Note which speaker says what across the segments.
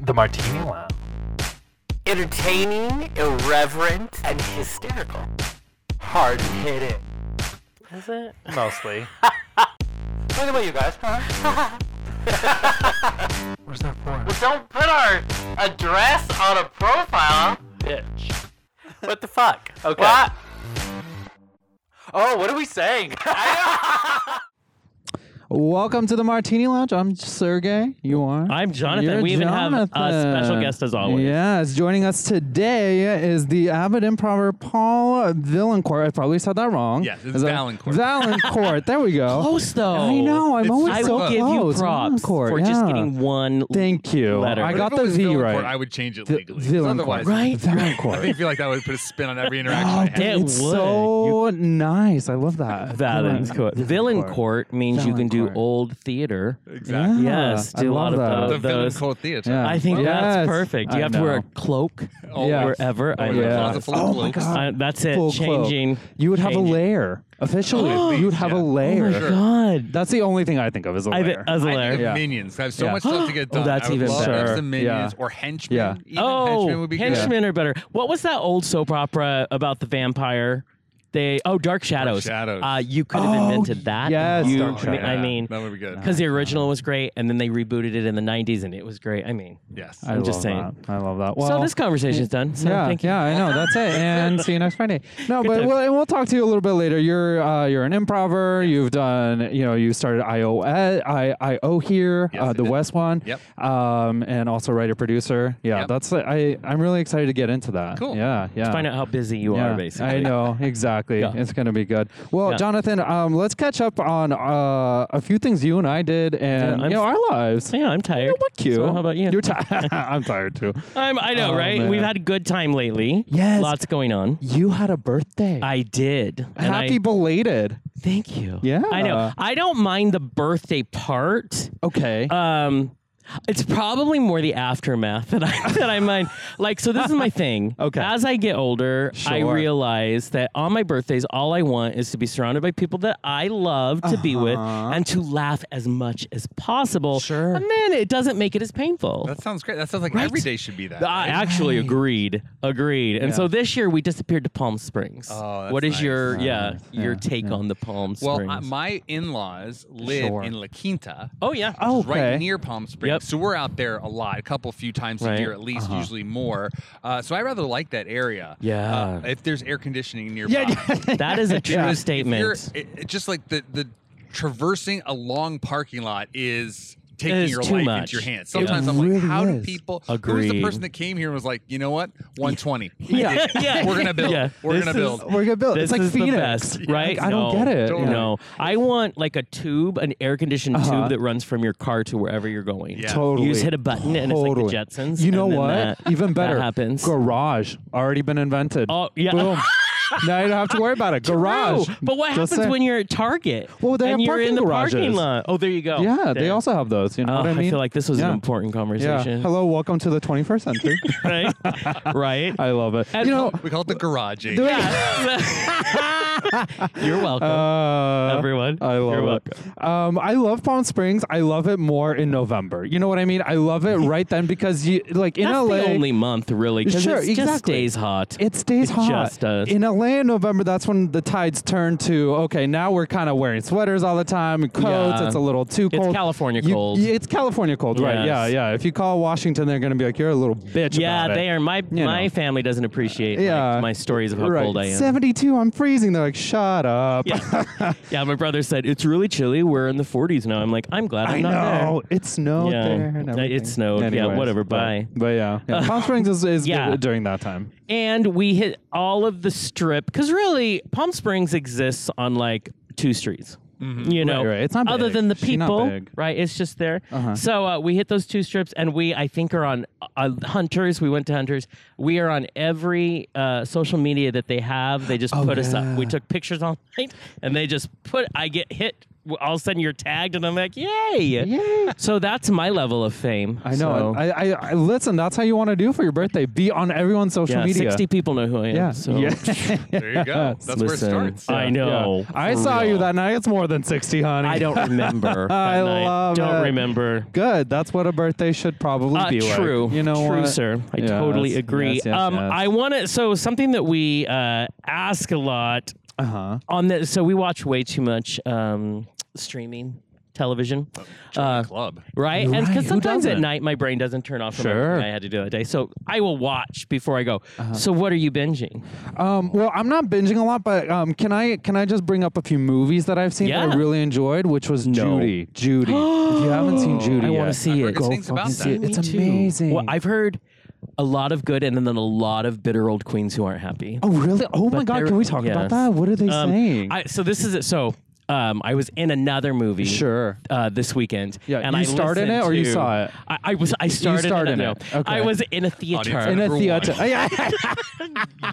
Speaker 1: The Martini Lounge.
Speaker 2: Entertaining, irreverent, and hysterical. Hard hitting.
Speaker 3: Is it?
Speaker 1: Mostly.
Speaker 2: What about you guys? Huh?
Speaker 1: Where's that for?
Speaker 2: well, don't put our address on a profile.
Speaker 3: Bitch. What the fuck? Okay.
Speaker 2: What?
Speaker 3: Oh, what are we saying?
Speaker 4: Welcome to the Martini Lounge. I'm Sergey. You are?
Speaker 5: I'm Jonathan.
Speaker 4: You're
Speaker 5: we even have a special
Speaker 4: Jonathan.
Speaker 5: guest as always.
Speaker 4: Yes, joining us today is the avid improver Paul Villancourt. I probably said that wrong.
Speaker 6: Yes, it's
Speaker 4: Is that-
Speaker 6: Valancourt.
Speaker 4: Valancourt. there we go.
Speaker 5: Close though.
Speaker 4: I know. I'm
Speaker 6: It's
Speaker 4: always
Speaker 5: I
Speaker 4: so
Speaker 5: will give you
Speaker 4: close.
Speaker 5: props
Speaker 4: Valancourt,
Speaker 5: for just
Speaker 4: yeah.
Speaker 5: getting one. l-
Speaker 4: Thank you.
Speaker 5: letter.
Speaker 4: I
Speaker 5: But
Speaker 4: got
Speaker 6: If it
Speaker 4: the
Speaker 6: was
Speaker 4: V
Speaker 6: Villancourt,
Speaker 4: right.
Speaker 6: I would change it
Speaker 4: V-
Speaker 6: legally. 'cause
Speaker 4: Villancourt.
Speaker 6: Otherwise,
Speaker 5: Right?
Speaker 6: I
Speaker 4: Valancourt.
Speaker 6: think feel like that would put a spin on every interaction
Speaker 4: Oh,
Speaker 6: I had.
Speaker 5: It
Speaker 4: it's
Speaker 5: would.
Speaker 4: so nice. I love that.
Speaker 5: Villain court. Villain court means you can do
Speaker 4: Valancourt.
Speaker 5: old theater.
Speaker 6: Exactly.
Speaker 5: Yes,
Speaker 4: I
Speaker 5: do a
Speaker 4: love
Speaker 5: lot of
Speaker 4: that.
Speaker 5: those.
Speaker 6: The villain
Speaker 5: those-
Speaker 6: called theater.
Speaker 4: Yeah.
Speaker 5: I think
Speaker 4: Yes.
Speaker 5: that's perfect. You
Speaker 4: I
Speaker 5: have to wear a
Speaker 4: know.
Speaker 5: cloak
Speaker 6: Always.
Speaker 4: Yeah.
Speaker 5: wherever. I
Speaker 6: Or
Speaker 5: know.
Speaker 6: the
Speaker 4: Yeah.
Speaker 6: closet full of
Speaker 4: Oh my
Speaker 6: blokes.
Speaker 4: God.
Speaker 5: I- that's it.
Speaker 4: Full cloak.
Speaker 5: Changing.
Speaker 4: You would have a
Speaker 5: Changing. Oh
Speaker 4: layer. Officially,
Speaker 6: At
Speaker 4: you would
Speaker 6: least,
Speaker 4: have a
Speaker 6: yeah.
Speaker 4: layer.
Speaker 6: Oh, Sure.
Speaker 5: God.
Speaker 4: That's the only thing I think of as a
Speaker 5: I
Speaker 4: layer.
Speaker 5: bet, as a
Speaker 6: I
Speaker 5: layer.
Speaker 6: think
Speaker 4: Yeah.
Speaker 6: Minions. I have so
Speaker 4: Yeah.
Speaker 6: much stuff to get
Speaker 5: Oh,
Speaker 6: done.
Speaker 5: that's
Speaker 6: I would
Speaker 5: even
Speaker 6: love
Speaker 5: better.
Speaker 6: Some minions
Speaker 4: Yeah.
Speaker 6: or henchmen.
Speaker 4: Yeah.
Speaker 6: Even henchmen
Speaker 5: oh,
Speaker 6: would be
Speaker 5: henchmen are better. What was that old soap opera about the vampire? They oh, Dark Shadows.
Speaker 6: Shadows.
Speaker 5: Uh, you could have
Speaker 4: Oh,
Speaker 5: invented that.
Speaker 4: yes,
Speaker 5: You-
Speaker 4: Dark
Speaker 5: I mean-
Speaker 6: good.
Speaker 5: I
Speaker 6: Yeah,
Speaker 5: mean,
Speaker 6: that would be good.
Speaker 5: because the original was great, and then they rebooted it in the '90s, and it was great. I mean,
Speaker 6: yes.
Speaker 4: I
Speaker 5: I'm just
Speaker 4: love
Speaker 5: saying.
Speaker 4: That. I love that. Well,
Speaker 5: so this conversation's done. So
Speaker 4: yeah,
Speaker 5: thank you.
Speaker 4: yeah, I know. That's it. And see you next Friday. No, but
Speaker 5: time.
Speaker 4: we'll, and we'll talk to you a little bit later. You're uh, you're an improver. You've done, you know, you started IO at- I IO here,
Speaker 6: Yes,
Speaker 4: uh,
Speaker 6: I
Speaker 4: the
Speaker 6: did.
Speaker 4: West one.
Speaker 6: Yep.
Speaker 4: Um, and also writer producer. Yeah,
Speaker 6: Yep.
Speaker 4: that's I. I'm really excited to get into that.
Speaker 6: Cool.
Speaker 4: Yeah, yeah.
Speaker 5: Find out how busy you
Speaker 4: Yeah,
Speaker 5: are, basically.
Speaker 4: I know exactly.
Speaker 5: Yeah.
Speaker 4: It's gonna be good. Well,
Speaker 5: Yeah.
Speaker 4: Jonathan, um, let's catch up on uh, a few things you and I did, and
Speaker 5: Yeah,
Speaker 4: you
Speaker 5: I'm
Speaker 4: know
Speaker 5: f-
Speaker 4: our lives.
Speaker 5: Yeah, I'm tired.
Speaker 4: Fuck you.
Speaker 5: So how about you?
Speaker 4: You're tired. I'm tired too.
Speaker 5: I'm, I know,
Speaker 4: Oh,
Speaker 5: right?
Speaker 4: man.
Speaker 5: We've had a good time lately.
Speaker 4: Yes.
Speaker 5: Lots going on.
Speaker 4: You had a birthday.
Speaker 5: I did. and I-
Speaker 4: Happy belated.
Speaker 5: thank you.
Speaker 4: Yeah.
Speaker 5: I know. I don't mind the birthday part.
Speaker 4: Okay.
Speaker 5: Um, it's probably more the aftermath that I that I mind. Like, so this is my thing.
Speaker 4: Okay.
Speaker 5: As I get older, I
Speaker 4: Sure.
Speaker 5: realize that on my birthdays, all I want is to be surrounded by people that I love to be with and to laugh as much as possible.
Speaker 4: Uh-huh. Sure.
Speaker 5: And then it doesn't make it as painful.
Speaker 6: That sounds great. That sounds like every day should be that.
Speaker 5: I
Speaker 6: right?
Speaker 5: actually agreed. Agreed. And
Speaker 4: Yeah.
Speaker 5: so this year we disappeared to Palm Springs.
Speaker 6: Oh, that's
Speaker 5: what is
Speaker 6: nice.
Speaker 5: your yeah, your
Speaker 4: Yeah,
Speaker 5: take on the Palm Springs?
Speaker 6: well, I, my in-laws live
Speaker 4: Sure.
Speaker 6: in La Quinta.
Speaker 5: oh yeah.
Speaker 4: oh,
Speaker 6: It's right near Palm Springs.
Speaker 5: Yep.
Speaker 6: So we're out there a lot, a couple few times
Speaker 5: Right.
Speaker 6: a year at least,
Speaker 4: Uh-huh.
Speaker 6: usually more. Uh, so I rather like that area.
Speaker 5: Yeah.
Speaker 6: Uh, if there's air conditioning nearby.
Speaker 4: Yeah,
Speaker 5: that is a true
Speaker 4: Yeah.
Speaker 6: If you're-
Speaker 5: statement.
Speaker 6: it- it- just like the the traversing a long parking lot is taking
Speaker 5: Is
Speaker 6: your
Speaker 5: too
Speaker 6: life
Speaker 5: much.
Speaker 6: into your hands.
Speaker 5: Yeah. It
Speaker 6: Sometimes I'm
Speaker 4: really
Speaker 6: like, how
Speaker 4: is.
Speaker 6: do people? Who's
Speaker 5: Agreed.
Speaker 6: the person that came here and was like, you know what, 120.
Speaker 4: Yeah.
Speaker 5: Yeah.
Speaker 6: We're gonna build.
Speaker 5: Yeah.
Speaker 6: We're
Speaker 5: This
Speaker 6: gonna
Speaker 5: is-
Speaker 6: build.
Speaker 4: We're gonna build.
Speaker 5: This
Speaker 4: Oh, it's like
Speaker 5: is
Speaker 4: Phoenix,
Speaker 5: the best, right?
Speaker 4: I don't
Speaker 5: No.
Speaker 4: get it.
Speaker 6: Totally.
Speaker 5: No, I want like a tube, an air-conditioned
Speaker 4: Uh-huh.
Speaker 5: tube that runs from your car to wherever you're going.
Speaker 6: Yeah.
Speaker 4: Totally.
Speaker 5: You just hit a button and it's like the
Speaker 4: Totally.
Speaker 5: Jetsons,
Speaker 4: You
Speaker 5: and
Speaker 4: know
Speaker 5: then
Speaker 4: what?
Speaker 5: that-
Speaker 4: Even
Speaker 5: that
Speaker 4: better.
Speaker 5: happens.
Speaker 4: Garage already been invented.
Speaker 5: Oh, yeah.
Speaker 4: Boom. now you don't have to worry about it. Garage.
Speaker 5: True. But what
Speaker 4: Just
Speaker 5: happens
Speaker 4: saying.
Speaker 5: when you're at Target?
Speaker 4: Well, they have
Speaker 5: and you're
Speaker 4: parking
Speaker 5: in the parking
Speaker 4: garages.
Speaker 5: lot. Oh, there you go.
Speaker 4: Yeah, they
Speaker 5: There.
Speaker 4: also have those. You know
Speaker 5: Oh,
Speaker 4: what I
Speaker 5: I,
Speaker 4: mean?
Speaker 5: feel like this was
Speaker 4: Yeah.
Speaker 5: an important
Speaker 4: Yeah.
Speaker 5: conversation.
Speaker 4: Hello, welcome to the 21st century.
Speaker 5: Right? right?
Speaker 4: I love it.
Speaker 5: And-
Speaker 4: you know,
Speaker 6: We call it the garage age.
Speaker 4: there-
Speaker 5: You're welcome,
Speaker 4: Uh,
Speaker 5: everyone.
Speaker 4: I love
Speaker 5: You're
Speaker 4: it.
Speaker 5: welcome.
Speaker 4: Um, I love Palm Springs. I love it more in November. You know what I mean? I love it right then because you like in
Speaker 5: That's
Speaker 4: LA.
Speaker 5: the only month, really, because
Speaker 4: Sure,
Speaker 5: it
Speaker 4: exactly.
Speaker 5: just stays hot.
Speaker 4: it stays
Speaker 5: It
Speaker 4: hot.
Speaker 5: just does.
Speaker 4: In LA in November, that's when the tides turn to okay. Now we're kind of wearing sweaters all the time, and coats.
Speaker 5: Yeah.
Speaker 4: It's a little too
Speaker 5: It's
Speaker 4: cold.
Speaker 5: California
Speaker 4: You-
Speaker 5: cold.
Speaker 4: yeah, it's California cold, right?
Speaker 5: Yes.
Speaker 4: Yeah, yeah. If you call Washington, they're gonna be like, "You're a little bitch."
Speaker 5: yeah,
Speaker 4: about it."
Speaker 5: they are. My
Speaker 4: You
Speaker 5: my
Speaker 4: know.
Speaker 5: family doesn't appreciate
Speaker 4: Yeah.
Speaker 5: my, my stories of how
Speaker 4: Right.
Speaker 5: cold I am.
Speaker 4: 72. I'm freezing. They're like, "Shut up."
Speaker 5: Yeah. yeah, my brother said it's really chilly. We're in the 40s now. I'm like, I'm glad I'm
Speaker 4: I
Speaker 5: not there.
Speaker 4: know it snowed
Speaker 5: Yeah.
Speaker 4: there. And
Speaker 5: Uh, it
Speaker 4: everything.
Speaker 5: snowed. Yeah,
Speaker 4: Anyways,
Speaker 5: whatever,
Speaker 4: But,
Speaker 5: bye.
Speaker 4: But yeah, yeah. Palm Springs is, is
Speaker 5: Yeah.
Speaker 4: good during that time.
Speaker 5: and we hit all of the strip because really Palm Springs exists on like two streets. You know,
Speaker 4: Right, right. It's not
Speaker 5: other
Speaker 4: big.
Speaker 5: than the
Speaker 4: She's not
Speaker 5: people,
Speaker 4: big. Uh-huh.
Speaker 5: right? It's just there. So uh, we hit those two strips, and we I think are on uh, Hunters. We went to Hunters. We are on every uh, social media that they have. They just put us up. We
Speaker 4: Oh, yeah.
Speaker 5: took pictures all night, and they just put. I get hit w- all of a sudden you're tagged, and I'm like, yay!
Speaker 4: Yay.
Speaker 5: So that's my level of fame.
Speaker 4: I know.
Speaker 5: So,
Speaker 4: I, I, I listen. That's how you want to do for your birthday. Be on everyone's social
Speaker 5: yeah,
Speaker 4: media.
Speaker 5: sixty people know who I am.
Speaker 4: Yeah.
Speaker 5: So.
Speaker 4: yeah.
Speaker 6: There you go. That's where it
Speaker 5: Listen.
Speaker 6: starts.
Speaker 5: I know.
Speaker 4: Yeah. I
Speaker 5: For
Speaker 4: saw
Speaker 5: real.
Speaker 4: you that night. It's more than sixty, honey.
Speaker 5: I don't remember. that
Speaker 4: I
Speaker 5: night.
Speaker 4: love
Speaker 5: Don't
Speaker 4: it.
Speaker 5: remember.
Speaker 4: Good. That's what a birthday should probably
Speaker 5: Uh,
Speaker 4: be like.
Speaker 5: true.
Speaker 4: You know
Speaker 5: true,
Speaker 4: what?
Speaker 5: sir. I
Speaker 4: Yes,
Speaker 5: totally agree.
Speaker 4: yes, yes,
Speaker 5: um,
Speaker 4: yes.
Speaker 5: I want to. So something that we uh, ask a lot
Speaker 4: Uh huh.
Speaker 5: on the. So we watch way too much um, streaming television. Uh,
Speaker 6: Club.
Speaker 5: right? And
Speaker 4: Oh. Right,
Speaker 5: because
Speaker 4: who
Speaker 5: sometimes at
Speaker 4: doesn't?
Speaker 5: night my brain doesn't turn off from
Speaker 4: Sure. Uh-huh.
Speaker 5: everything I had to do a day. So I will watch before I go. So what are you binging?
Speaker 4: Um, well, I'm not binging a lot, but um, can I can I just bring up a few movies that I've seen that
Speaker 5: Yeah.
Speaker 4: I really enjoyed, which was Judy. Judy. if you haven't seen Judy,
Speaker 5: I
Speaker 4: yet,
Speaker 5: want to see
Speaker 6: heard
Speaker 5: it.
Speaker 6: good Go things fucking about see that. it.
Speaker 5: Me
Speaker 4: It's
Speaker 5: too.
Speaker 4: amazing.
Speaker 5: Well, I've heard a lot of good and then a lot of bitter old queens who aren't happy.
Speaker 4: Oh really? Oh my
Speaker 5: But
Speaker 4: God!
Speaker 5: they're-
Speaker 4: Can we talk
Speaker 5: yes.
Speaker 4: about that? What are they
Speaker 5: Um,
Speaker 4: saying?
Speaker 5: I, so this is it. So um, I was in another movie.
Speaker 4: Sure.
Speaker 5: Uh, this weekend.
Speaker 4: Yeah,
Speaker 5: And
Speaker 4: you
Speaker 5: I
Speaker 4: starred in
Speaker 5: listened
Speaker 4: it or you
Speaker 5: to-
Speaker 4: saw it?
Speaker 5: I, I was. I started.
Speaker 4: starred in
Speaker 5: no,
Speaker 4: it.
Speaker 5: no.
Speaker 4: Okay.
Speaker 5: I was in a theater.
Speaker 4: in a
Speaker 6: Number
Speaker 4: theater.
Speaker 6: one.
Speaker 4: yeah.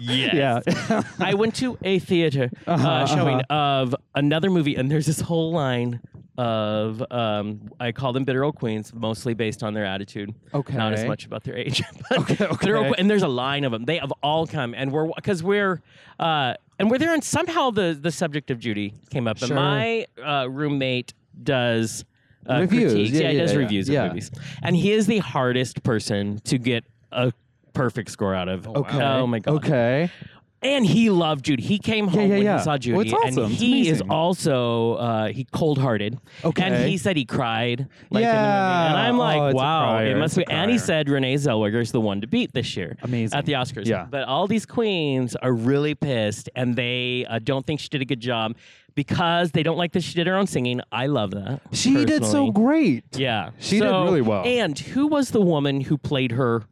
Speaker 5: yes.
Speaker 4: yeah.
Speaker 5: I went to a theater uh
Speaker 4: Uh-huh,
Speaker 5: showing of another movie, and there's this whole line of um, I call them bitter old queens, mostly based on their attitude. not as
Speaker 4: Okay.
Speaker 5: much about their age. but
Speaker 4: okay.
Speaker 5: bitter old que- and there's a line of them. They have all come, and we're because we're uh, and we're there, and somehow the the subject of Judy came up,
Speaker 4: Sure.
Speaker 5: and my uh, roommate does. Uh,
Speaker 4: Reviews.
Speaker 5: critiques.
Speaker 4: Yeah,
Speaker 5: he
Speaker 4: yeah,
Speaker 5: does
Speaker 4: yeah.
Speaker 5: reviews
Speaker 4: Yeah.
Speaker 5: of movies, and he is the hardest person to get a perfect score out of.
Speaker 4: Okay.
Speaker 5: oh my god!
Speaker 4: Okay.
Speaker 5: And he loved Judy. He came home
Speaker 4: yeah,
Speaker 5: when
Speaker 4: yeah.
Speaker 5: he saw Judy,
Speaker 4: Well, it's awesome.
Speaker 5: and
Speaker 4: It's
Speaker 5: he is
Speaker 4: amazing.
Speaker 5: also uh, he cold hearted.
Speaker 4: Okay.
Speaker 5: and he said he cried. Like, in the movie.
Speaker 4: Yeah.
Speaker 5: and I'm
Speaker 4: Oh,
Speaker 5: like,
Speaker 4: it's a
Speaker 5: wow,
Speaker 4: crier.
Speaker 5: it must
Speaker 4: It's
Speaker 5: be.
Speaker 4: a
Speaker 5: And he
Speaker 4: crier.
Speaker 5: said Renee Zellweger's the one to beat this year,
Speaker 4: Amazing.
Speaker 5: at the Oscars.
Speaker 4: Yeah.
Speaker 5: but all these queens are really pissed, and they uh, don't think she did a good job because they don't like that she did her own singing. I love that.
Speaker 4: She did so
Speaker 5: personally.
Speaker 4: great.
Speaker 5: Yeah,
Speaker 4: She did
Speaker 5: So-
Speaker 4: really well.
Speaker 5: And who was the woman who played her?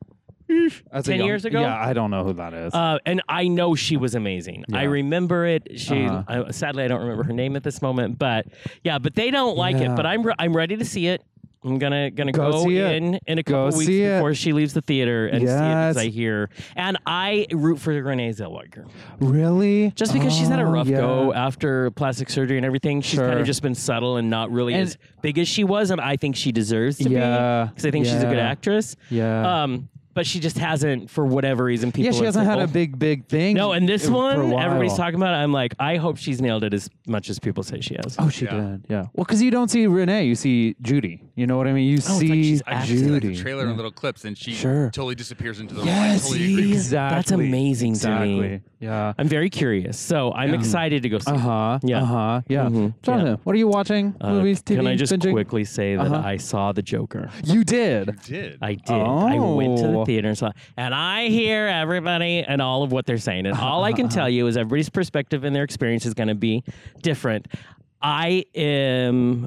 Speaker 4: As a
Speaker 5: 10
Speaker 4: young-
Speaker 5: years ago?
Speaker 4: Yeah, I don't know who that is.
Speaker 5: Uh, and I know she was amazing. I
Speaker 4: Yeah.
Speaker 5: remember it. She
Speaker 4: Uh-huh.
Speaker 5: I, sadly I don't remember her name at this moment, but yeah, but they don't like
Speaker 4: Yeah.
Speaker 5: it. But I'm re- I'm ready to see it. I'm gonna gonna
Speaker 4: Go
Speaker 5: go,
Speaker 4: see it.
Speaker 5: in in a
Speaker 4: Go
Speaker 5: couple weeks
Speaker 4: see it.
Speaker 5: before she leaves the theater and see it
Speaker 4: Yes.
Speaker 5: as I hear. And I root for Renee Zellweger
Speaker 4: really?
Speaker 5: just because she's had a
Speaker 4: Oh,
Speaker 5: rough
Speaker 4: yeah.
Speaker 5: go after plastic surgery and everything. She's kind
Speaker 4: Sure.
Speaker 5: of just been subtle and not really
Speaker 4: And-
Speaker 5: as big as she was. And I think she deserves to
Speaker 4: Yeah,
Speaker 5: be because I think she's a good
Speaker 4: yeah,
Speaker 5: actress.
Speaker 4: yeah.
Speaker 5: Um, but she just hasn't for whatever reason. People
Speaker 4: Yeah, she
Speaker 5: have
Speaker 4: hasn't
Speaker 5: said,
Speaker 4: had
Speaker 5: "Oh,
Speaker 4: a big, big thing.
Speaker 5: no, and this
Speaker 4: for a
Speaker 5: one,
Speaker 4: while.
Speaker 5: everybody's talking about. it. I'm like, I hope she's nailed it as much as people say she has.
Speaker 4: Oh, she
Speaker 6: Yeah.
Speaker 4: did. Yeah. Well, because you don't see Renee, you see Judy. You know what I mean? You
Speaker 5: Oh, like
Speaker 4: see
Speaker 5: she's acting.
Speaker 4: Judy.
Speaker 6: Like the trailer and little clips, and she
Speaker 4: Sure.
Speaker 6: totally disappears into the
Speaker 4: Yes,
Speaker 6: I totally agree. with
Speaker 4: exactly.
Speaker 5: That's amazing to
Speaker 4: exactly.
Speaker 5: me.
Speaker 4: Yeah.
Speaker 5: I'm very curious, so I'm excited to go see.
Speaker 4: Uh
Speaker 5: it.
Speaker 4: huh.
Speaker 5: Yeah.
Speaker 4: Uh huh. Yeah.
Speaker 5: Mhm.
Speaker 4: Jonathan, what are you watching?
Speaker 5: Uh,
Speaker 4: Movies, TV,
Speaker 5: Can I just
Speaker 4: binging?
Speaker 5: quickly say that
Speaker 4: Uh-huh.
Speaker 5: I saw the Joker?
Speaker 4: You did.
Speaker 6: you. Did
Speaker 5: I did. I went to
Speaker 4: Oh.
Speaker 5: the theater and saw, and I hear everybody and all of what they're saying. And all I can tell you is everybody's perspective and their experience is going to be different. I am.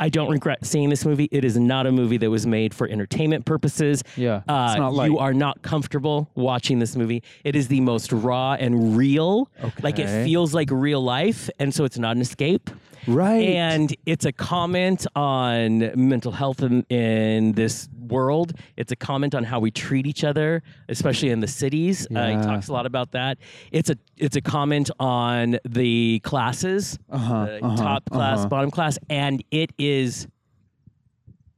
Speaker 5: I don't regret seeing this movie. It is not a movie that was made for entertainment purposes.
Speaker 4: Yeah, it's
Speaker 5: Uh,
Speaker 4: not like-
Speaker 5: you are not comfortable watching this movie. It is the most raw and real. Like it
Speaker 4: Okay.
Speaker 5: feels like real life, and so it's not an escape.
Speaker 4: Right.
Speaker 5: And it's a comment on mental health in, in this world. It's a comment on how we treat each other, especially in the cities. Uh,
Speaker 4: Yeah.
Speaker 5: he talks a lot about that. It's a it's a comment on the classes,
Speaker 4: Uh-huh,
Speaker 5: the
Speaker 4: uh-huh,
Speaker 5: top class,
Speaker 4: uh-huh.
Speaker 5: bottom class, and it is.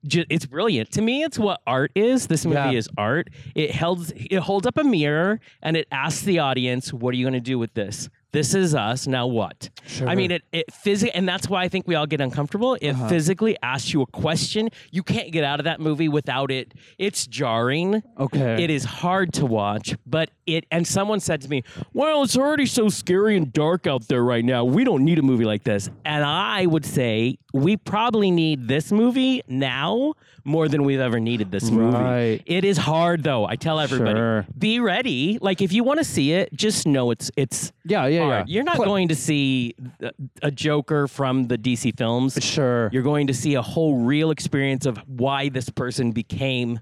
Speaker 5: ju- It's brilliant to me. It's what art is. This movie
Speaker 4: Yeah.
Speaker 5: is art. It holds it holds up a mirror and it asks the audience, "What are you going to do with this? This is us. Now what?" I mean, it it physically, and that's why I think we all get uncomfortable. It physically asks you a question. You can't get out of that movie without it. It's jarring.
Speaker 4: Okay.
Speaker 5: It is hard to watch, but it. And someone said to me, "Well, it's already so scary and dark out there right now. We don't need a movie like this." And I would say we probably need this movie now more than we've ever needed this
Speaker 4: Right.
Speaker 5: movie. It is hard though. I tell everybody,
Speaker 4: Sure.
Speaker 5: be ready. Like if you want to see it, just know it's it's
Speaker 4: Yeah. Yeah.
Speaker 5: art.
Speaker 4: Yeah.
Speaker 5: You're not going to see a- a Joker from the DC films.
Speaker 4: Sure.
Speaker 5: You're going to see a whole real experience of why this person became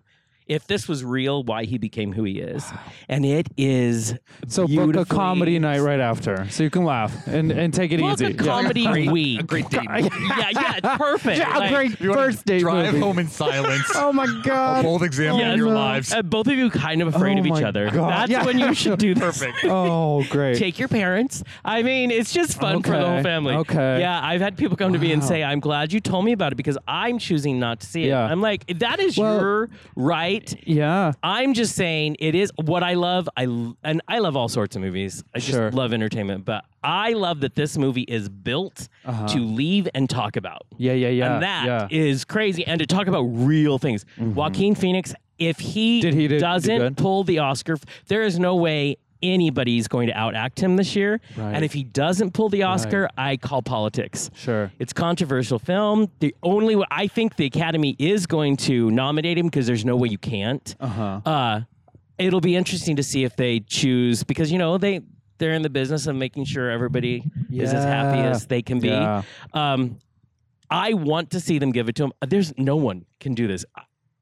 Speaker 5: if this was real, why he became who he is. And it is
Speaker 4: So book a
Speaker 5: beautifully-
Speaker 4: comedy night right after, so you can laugh and, and take it
Speaker 5: Book
Speaker 4: easy.
Speaker 5: a comedy week.
Speaker 6: A great date.
Speaker 5: yeah, yeah, it's perfect.
Speaker 4: Yeah,
Speaker 5: Like,
Speaker 4: great
Speaker 6: You wanna
Speaker 4: first date
Speaker 6: Drive
Speaker 4: movie.
Speaker 6: home in silence.
Speaker 4: Oh my
Speaker 6: a
Speaker 4: god.
Speaker 6: bold example
Speaker 5: Yeah,
Speaker 6: of your
Speaker 5: no.
Speaker 6: lives.
Speaker 5: uh, both of you kind of afraid
Speaker 4: Oh
Speaker 5: of each
Speaker 4: my
Speaker 5: other.
Speaker 4: God.
Speaker 5: That's
Speaker 4: Yeah.
Speaker 5: when you should do this.
Speaker 6: Perfect.
Speaker 4: Oh great.
Speaker 5: Take your parents. I mean, it's just fun for the
Speaker 4: Okay,
Speaker 5: whole family.
Speaker 4: okay.
Speaker 5: Yeah, I've had people come to me and say, "I'm glad you told me about it because I'm choosing not to see it."
Speaker 4: Yeah.
Speaker 5: I'm like, "That is
Speaker 4: Well-
Speaker 5: your right
Speaker 4: yeah.
Speaker 5: I'm just saying it is what I love. I l- and I love all sorts of movies. I just
Speaker 4: Sure.
Speaker 5: love entertainment, but I love that this movie is built to leave and talk about.
Speaker 4: Uh-huh. Yeah, yeah, yeah.
Speaker 5: and that is
Speaker 4: yeah. Mm-hmm.
Speaker 5: crazy. And to talk about real things, Joaquin Phoenix. If he,
Speaker 4: Did he do- do
Speaker 5: doesn't
Speaker 4: good?
Speaker 5: pull the Oscar, f- there is no way anybody's going to outact him this year.
Speaker 4: Right.
Speaker 5: And if he doesn't pull the Oscar, I call politics.
Speaker 4: Sure.
Speaker 5: It's a controversial film. The only way I think the Academy is going to nominate him because there's no way you can't. Uh-huh. it'll be interesting to see if they choose because you know they they're in the business of making sure everybody is as happy
Speaker 4: Yeah.
Speaker 5: as they can be.
Speaker 4: Yeah.
Speaker 5: Um, I want to see them give it to him. There's no one can do this.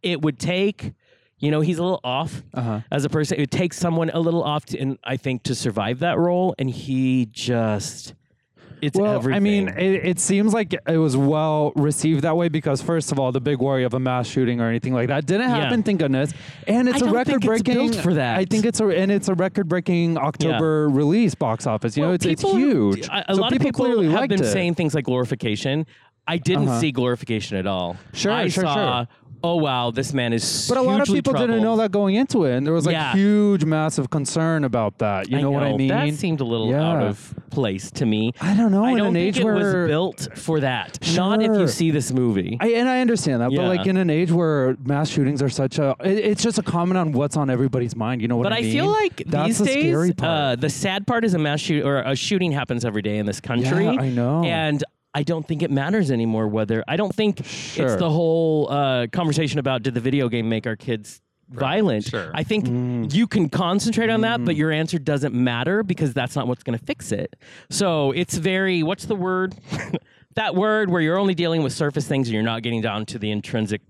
Speaker 5: It would take, you know, he's a little off
Speaker 4: Uh-huh.
Speaker 5: as a person. It would take someone a little off, to, and I think to survive that role, and he just. It's
Speaker 4: well,
Speaker 5: everything.
Speaker 4: I mean, it, it seems like it was well received that way because, first of all, the big worry of a mass shooting or anything like that didn't
Speaker 5: Yeah.
Speaker 4: happen. Thank goodness. And it's
Speaker 5: I
Speaker 4: a
Speaker 5: don't think
Speaker 4: record
Speaker 5: it's
Speaker 4: breaking
Speaker 5: built for that.
Speaker 4: I think it's a and it's a record breaking October release box office. You know,
Speaker 5: Well,
Speaker 4: it's,
Speaker 5: people-
Speaker 4: it's huge.
Speaker 5: A, a
Speaker 4: So
Speaker 5: lot of people
Speaker 4: clearly
Speaker 5: have
Speaker 4: liked
Speaker 5: been
Speaker 4: it. Uh-huh.
Speaker 5: saying things like glorification. I didn't see glorification at all.
Speaker 4: Sure,
Speaker 5: I
Speaker 4: sure,
Speaker 5: saw,
Speaker 4: sure.
Speaker 5: Oh wow, this man is.
Speaker 4: But a lot of
Speaker 5: hugely
Speaker 4: people didn't
Speaker 5: troubled."
Speaker 4: know that going into it, and there was like
Speaker 5: Yeah.
Speaker 4: huge, massive concern about that. You know, what I mean?
Speaker 5: That seemed a little out
Speaker 4: Yeah.
Speaker 5: of place to me.
Speaker 4: I don't know,
Speaker 5: I
Speaker 4: in
Speaker 5: don't
Speaker 4: an
Speaker 5: think
Speaker 4: age
Speaker 5: it
Speaker 4: where-
Speaker 5: was built for that. Not if you
Speaker 4: Sure.
Speaker 5: see this movie.
Speaker 4: I, and I understand that,
Speaker 5: Yeah.
Speaker 4: but like in an age where mass shootings are such a, it, it's just a comment on what's on everybody's mind. You know what
Speaker 5: but
Speaker 4: I
Speaker 5: I
Speaker 4: mean?
Speaker 5: feel like
Speaker 4: That's
Speaker 5: these
Speaker 4: the
Speaker 5: days,
Speaker 4: scary
Speaker 5: Uh,
Speaker 4: part.
Speaker 5: the sad part is a mass shoot or a shooting happens every day in this country.
Speaker 4: Yeah, I know.
Speaker 5: and. I don't think it matters anymore whether I don't think it's
Speaker 4: Sure.
Speaker 5: the whole uh, conversation about did the video game make our kids violent.
Speaker 6: sure.
Speaker 5: I think
Speaker 4: Mm.
Speaker 5: you can concentrate on that, but your answer doesn't matter because that's not what's going to fix it. So it's very what's the word that word where you're only dealing with surface things and you're not getting down to the intrinsic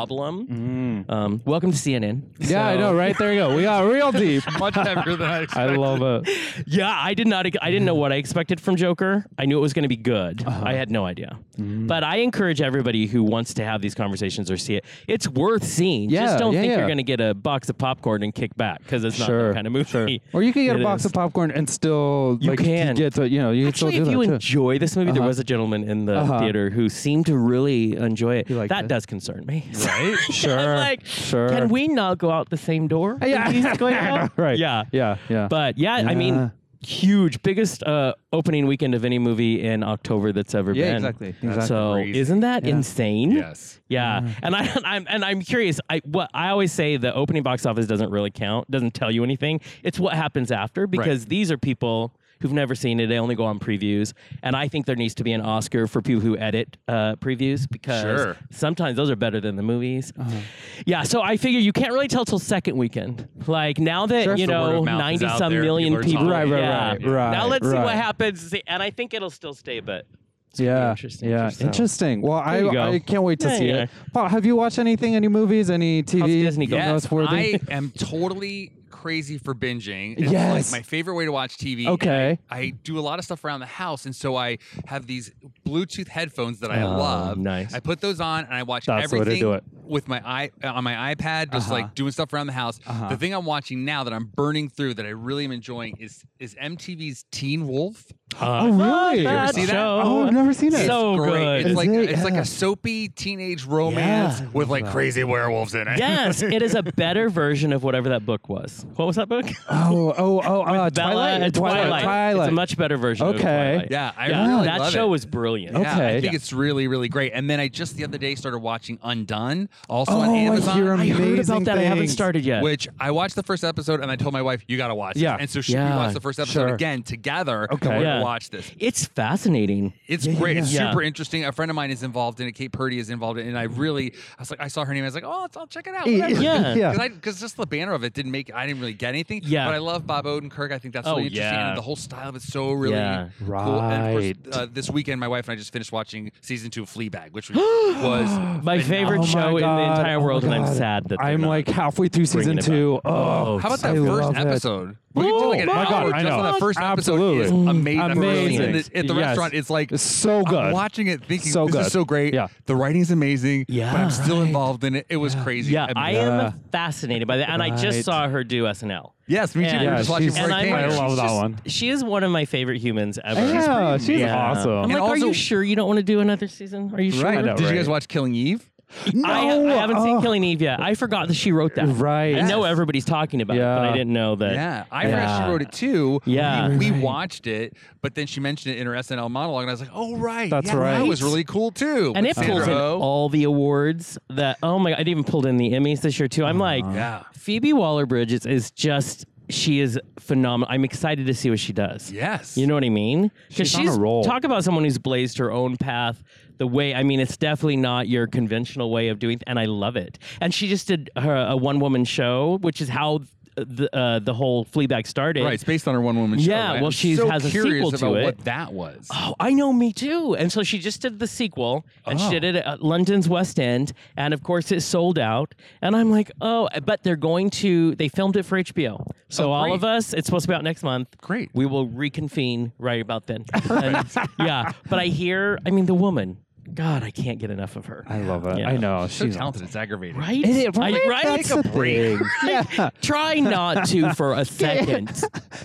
Speaker 5: problem. Um, welcome to CNN.
Speaker 4: Mm. yeah, I know, right? There you go. We got real deep.
Speaker 6: Much heavier than I
Speaker 4: I
Speaker 6: expected.
Speaker 4: love it.
Speaker 5: Yeah, I did not. I didn't know what I expected from Joker. I knew it was going to be good.
Speaker 4: Uh-huh.
Speaker 5: I had no idea.
Speaker 4: Mm.
Speaker 5: But I encourage everybody who wants to have these conversations or see it. It's worth seeing.
Speaker 4: Yeah,
Speaker 5: Just don't
Speaker 4: yeah,
Speaker 5: think you're
Speaker 4: yeah.
Speaker 5: going to get a box of popcorn and kick back because it's not
Speaker 4: Sure,
Speaker 5: that kind of movie.
Speaker 4: Or you can get
Speaker 5: It
Speaker 4: a box
Speaker 5: is.
Speaker 4: of popcorn and still
Speaker 5: You
Speaker 4: like,
Speaker 5: can.
Speaker 4: get to you know you can still
Speaker 5: Actually,
Speaker 4: do
Speaker 5: if
Speaker 4: that
Speaker 5: you
Speaker 4: too.
Speaker 5: enjoy this movie, there was a gentleman in the
Speaker 4: Uh-huh.
Speaker 5: theater who seemed to really enjoy it.
Speaker 4: liked
Speaker 5: That
Speaker 4: it.
Speaker 5: does concern me.
Speaker 6: Right?
Speaker 4: sure,
Speaker 5: I'm like,
Speaker 4: sure.
Speaker 5: can we not go out the same door?
Speaker 4: Yeah.
Speaker 5: Is this going on?
Speaker 4: Right.
Speaker 5: Yeah.
Speaker 4: Yeah. Yeah.
Speaker 5: But yeah, I
Speaker 4: Yeah.
Speaker 5: mean, huge, biggest uh, opening weekend of any movie in October that's ever
Speaker 6: Yeah,
Speaker 5: been.
Speaker 6: exactly.
Speaker 4: Exactly. Mm-hmm.
Speaker 5: So
Speaker 6: crazy.
Speaker 5: isn't that insane?
Speaker 6: Yes.
Speaker 5: Yeah. And I I'm and I'm curious. I what I always say the opening box office doesn't really count, doesn't tell you anything. It's what happens after because these are people who've never seen it. They only go on previews. And I think there needs to be an Oscar for people who edit uh, previews because
Speaker 6: Sure.
Speaker 5: sometimes those are better than the movies.
Speaker 4: Uh-huh.
Speaker 5: Yeah, so I figure you can't really tell till second weekend. Like now that
Speaker 4: Sure.
Speaker 5: you
Speaker 6: The word
Speaker 5: know
Speaker 6: of mouth is
Speaker 5: ninety
Speaker 6: out
Speaker 5: some
Speaker 6: there, people
Speaker 5: million
Speaker 6: are
Speaker 5: people.
Speaker 6: talking.
Speaker 4: Right, right,
Speaker 5: yeah.
Speaker 4: right, right,
Speaker 5: Now let's see what
Speaker 4: right.
Speaker 5: happens. See, And I think it'll still stay, but it's gonna be
Speaker 4: yeah,
Speaker 5: interesting.
Speaker 4: yeah,
Speaker 5: So-
Speaker 4: interesting. Well, I,
Speaker 5: you go.
Speaker 4: I can't wait to
Speaker 5: Yeah,
Speaker 4: see
Speaker 5: yeah.
Speaker 4: it. Paul, have you watched anything? Any movies? Any TV?
Speaker 5: Disney going?
Speaker 4: you know "Oh, it's worthy?
Speaker 6: I am totally crazy for binging. It's
Speaker 4: Yes.
Speaker 6: like my favorite way to watch TV. and
Speaker 4: Okay.
Speaker 6: I, I do a lot of stuff around the house, and so I have these Bluetooth headphones that I
Speaker 5: Oh,
Speaker 6: love.
Speaker 5: nice.
Speaker 6: I put those on and I watch
Speaker 4: That's the way to
Speaker 6: everything
Speaker 4: do it.
Speaker 6: with my i uh, on my iPad, just
Speaker 4: Uh-huh.
Speaker 6: like doing stuff around the house.
Speaker 4: Uh-huh.
Speaker 6: The thing I'm watching now that I'm burning through that I really am enjoying is is MTV's Teen Wolf.
Speaker 4: oh, really?
Speaker 5: Love
Speaker 6: ever see that?
Speaker 5: show.
Speaker 4: Oh, I've never seen it.
Speaker 5: So
Speaker 6: It's great.
Speaker 5: good.
Speaker 6: It's
Speaker 4: Is
Speaker 6: like
Speaker 4: it?
Speaker 6: it's like
Speaker 4: Yeah.
Speaker 6: a soapy teenage romance
Speaker 4: Yeah.
Speaker 6: with like crazy werewolves in it.
Speaker 5: yes, it is a better version of whatever that book was. What was that book?
Speaker 4: Oh, oh, oh, uh,
Speaker 5: Bella
Speaker 4: Twilight,
Speaker 5: and
Speaker 4: Twilight, Twilight.
Speaker 5: It's a much better version. Of
Speaker 4: Okay.
Speaker 5: Twilight.
Speaker 6: Yeah, I really
Speaker 5: that
Speaker 6: love
Speaker 5: show
Speaker 6: it.
Speaker 5: was brilliant.
Speaker 4: Okay.
Speaker 6: Yeah, I think it's really, really great. And then I just the other day started watching Undone, also
Speaker 4: oh,
Speaker 6: on
Speaker 4: I hear
Speaker 6: Amazon.
Speaker 5: I
Speaker 4: amazing
Speaker 5: heard about that. I haven't
Speaker 4: things.
Speaker 5: started yet.
Speaker 6: Which I watched the first episode and I told my wife, you got to watch this."
Speaker 4: Yeah.
Speaker 6: And so she
Speaker 5: Yeah,
Speaker 6: watched the first episode
Speaker 4: sure.
Speaker 6: again together.
Speaker 4: Okay.
Speaker 6: And we're
Speaker 5: Yeah.
Speaker 6: gonna watch this.
Speaker 5: It's fascinating.
Speaker 6: It's great. It's
Speaker 5: yeah.
Speaker 6: super interesting. A friend of mine is involved in it. Kate Purdy is involved in it. And I really, I was like, I saw her name. I was like, oh, I'll- I'll check it out. whatever.
Speaker 5: Yeah.
Speaker 6: Because just the banner of it didn't make. I didn't really get anything.
Speaker 5: Yeah.
Speaker 6: But I love Bob Odenkirk. I think that's
Speaker 5: Oh,
Speaker 6: really interesting.
Speaker 5: yeah.
Speaker 6: And the whole style of it's so really
Speaker 5: Yeah.
Speaker 6: cool. And of
Speaker 4: Right.
Speaker 6: course, uh, this weekend, my wife and I just finished watching season two of Fleabag, which was
Speaker 5: My favorite
Speaker 4: Oh my
Speaker 5: show in the
Speaker 4: God.
Speaker 5: entire
Speaker 4: Oh my
Speaker 5: world, and I'm
Speaker 4: God.
Speaker 5: sad that they're
Speaker 4: I'm
Speaker 5: not.
Speaker 4: like halfway through season
Speaker 5: bringing it
Speaker 4: two. Oh,
Speaker 6: How about
Speaker 4: I
Speaker 6: that first
Speaker 4: love it.
Speaker 6: episode? We could do like an
Speaker 4: my
Speaker 6: hour
Speaker 4: God, I
Speaker 6: just on
Speaker 4: know.
Speaker 6: that first
Speaker 4: Absolutely.
Speaker 6: episode. Is amazing. That first
Speaker 4: Amazing.
Speaker 6: scene at the- At the
Speaker 4: Yes.
Speaker 6: restaurant, it's like
Speaker 4: It's so
Speaker 5: Oh,
Speaker 6: I'm
Speaker 4: good.
Speaker 6: watching it, thinking
Speaker 4: So
Speaker 6: this
Speaker 4: good.
Speaker 6: is so great.
Speaker 4: Yeah.
Speaker 6: the writing's amazing.
Speaker 5: Yeah.
Speaker 6: but I'm still involved in it. It was crazy.
Speaker 5: yeah,
Speaker 6: mean,
Speaker 5: I
Speaker 4: Yeah.
Speaker 5: am fascinated by that, and I just
Speaker 4: Right.
Speaker 5: saw her do SNL.
Speaker 6: Yes, me too.
Speaker 5: Yeah,
Speaker 6: we were just watching
Speaker 4: she's-
Speaker 6: before
Speaker 5: and
Speaker 6: I
Speaker 5: I'm
Speaker 6: came.
Speaker 5: like,
Speaker 4: I
Speaker 5: she's
Speaker 4: love that
Speaker 5: just-
Speaker 4: one.
Speaker 5: She is one of my favorite humans ever.
Speaker 4: Yeah, she's
Speaker 5: Yeah. I'm
Speaker 4: awesome.
Speaker 5: like,
Speaker 6: And
Speaker 5: are you
Speaker 6: also-
Speaker 5: sure you don't want to do another season? Are you sure?
Speaker 4: I know,
Speaker 6: Did you
Speaker 4: right?
Speaker 6: guys watch Killing Eve?
Speaker 5: I, I
Speaker 4: No,
Speaker 5: haven't seen
Speaker 4: oh.
Speaker 5: Killing Eve yet. I forgot that she wrote that.
Speaker 4: Right.
Speaker 5: I know
Speaker 6: Yes.
Speaker 5: everybody's talking about it, but I
Speaker 4: Yeah.
Speaker 5: didn't know that.
Speaker 6: Yeah, I
Speaker 5: Yeah.
Speaker 6: actually wrote it too.
Speaker 5: Yeah.
Speaker 6: we, we watched it, but then she mentioned it in her SNL monologue, and I was like, "Oh right,
Speaker 4: That's
Speaker 6: yeah,
Speaker 4: right.
Speaker 6: That was really cool too."
Speaker 5: And it
Speaker 6: with
Speaker 5: pulls in
Speaker 6: Sandra Oh.
Speaker 5: all the awards that, oh my God, it even pulled in the Emmys this year too. I'm
Speaker 4: Uh-huh.
Speaker 5: like,
Speaker 6: Yeah.
Speaker 5: Phoebe Waller Bridge is, is just, she is phenomenal. I'm excited to see what she does.
Speaker 6: Yes,
Speaker 5: You know what I mean? Because
Speaker 4: She's on a roll.
Speaker 5: Talk about someone who's blazed her own path. The way I mean, it's definitely not your conventional way of doing, and I love it. And she just did her a one woman show, which is how the uh, the whole Fleabag started.
Speaker 6: Right, it's based on her one woman show.
Speaker 5: Yeah,
Speaker 6: right?
Speaker 5: well,
Speaker 6: I'm
Speaker 5: she's-
Speaker 6: so
Speaker 5: has a
Speaker 6: curious
Speaker 5: sequel to
Speaker 6: about
Speaker 5: it.
Speaker 6: what that was.
Speaker 5: Oh, I know, me too. And so she just did the sequel, and
Speaker 4: Oh.
Speaker 5: she did it at London's West End, and of course it sold out. And I'm like, oh, but they're going to. They filmed it for HBO, so
Speaker 6: Oh,
Speaker 5: all
Speaker 6: great.
Speaker 5: of us. It's supposed to be out next month.
Speaker 6: Great.
Speaker 5: We will reconvene right about then. And, yeah, but I hear. I mean, the woman. God, I can't get enough of her.
Speaker 4: I love it.
Speaker 5: Yeah.
Speaker 4: I know.
Speaker 6: so
Speaker 4: She's
Speaker 6: talented, it's aggravating.
Speaker 5: Right?
Speaker 4: It is,
Speaker 5: I-
Speaker 4: right?
Speaker 5: right?
Speaker 4: That's the thing. Yeah.
Speaker 5: Try not to for a second.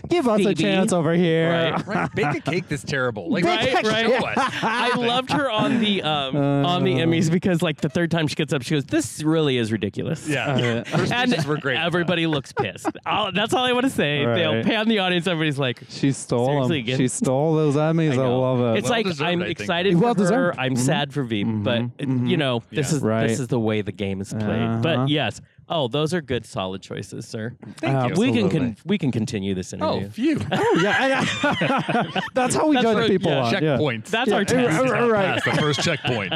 Speaker 4: Give us a
Speaker 5: Phoebe.
Speaker 4: chance over here.
Speaker 5: Right.
Speaker 6: Right, bake a cake that's terrible. Like,
Speaker 5: Bake
Speaker 6: right,
Speaker 5: a
Speaker 6: right.
Speaker 5: cake.
Speaker 6: Show us.
Speaker 5: I loved her on the um,
Speaker 4: Uh,
Speaker 5: on the Emmys because like the third time she gets up, she goes, "This really is ridiculous."
Speaker 4: Uh,
Speaker 6: Yeah, First
Speaker 5: and
Speaker 6: speeches were great.
Speaker 5: Everybody looks pissed. I'll, that's all I want to say.
Speaker 4: Right.
Speaker 5: They'll pan the audience. Everybody's like,
Speaker 4: She stole
Speaker 5: Seriously,
Speaker 4: them.
Speaker 5: again?
Speaker 4: She stole those Emmys. I,
Speaker 5: know.
Speaker 4: love it.
Speaker 5: It's
Speaker 6: Well
Speaker 5: like
Speaker 6: deserved,
Speaker 5: I'm
Speaker 6: I think.
Speaker 5: excited
Speaker 4: Well
Speaker 5: for her.
Speaker 4: deserved. Mm-hmm.
Speaker 5: I'm sad for Veep, but uh, you know this
Speaker 6: Yeah.
Speaker 5: is
Speaker 4: Right.
Speaker 5: this is the way the game is played.
Speaker 4: Uh-huh.
Speaker 5: But yes, oh, those are good, solid choices, sir.
Speaker 4: Thank
Speaker 5: We can,
Speaker 4: Absolutely.
Speaker 5: con- we can continue this interview.
Speaker 6: Oh, phew.
Speaker 4: yeah, I- that's how we
Speaker 5: That's
Speaker 4: judge
Speaker 5: right,
Speaker 4: people
Speaker 5: yeah.
Speaker 4: on. Yeah.
Speaker 6: Checkpoints.
Speaker 5: That's our
Speaker 4: Yeah,
Speaker 5: test.
Speaker 4: right, right.
Speaker 7: the first checkpoint.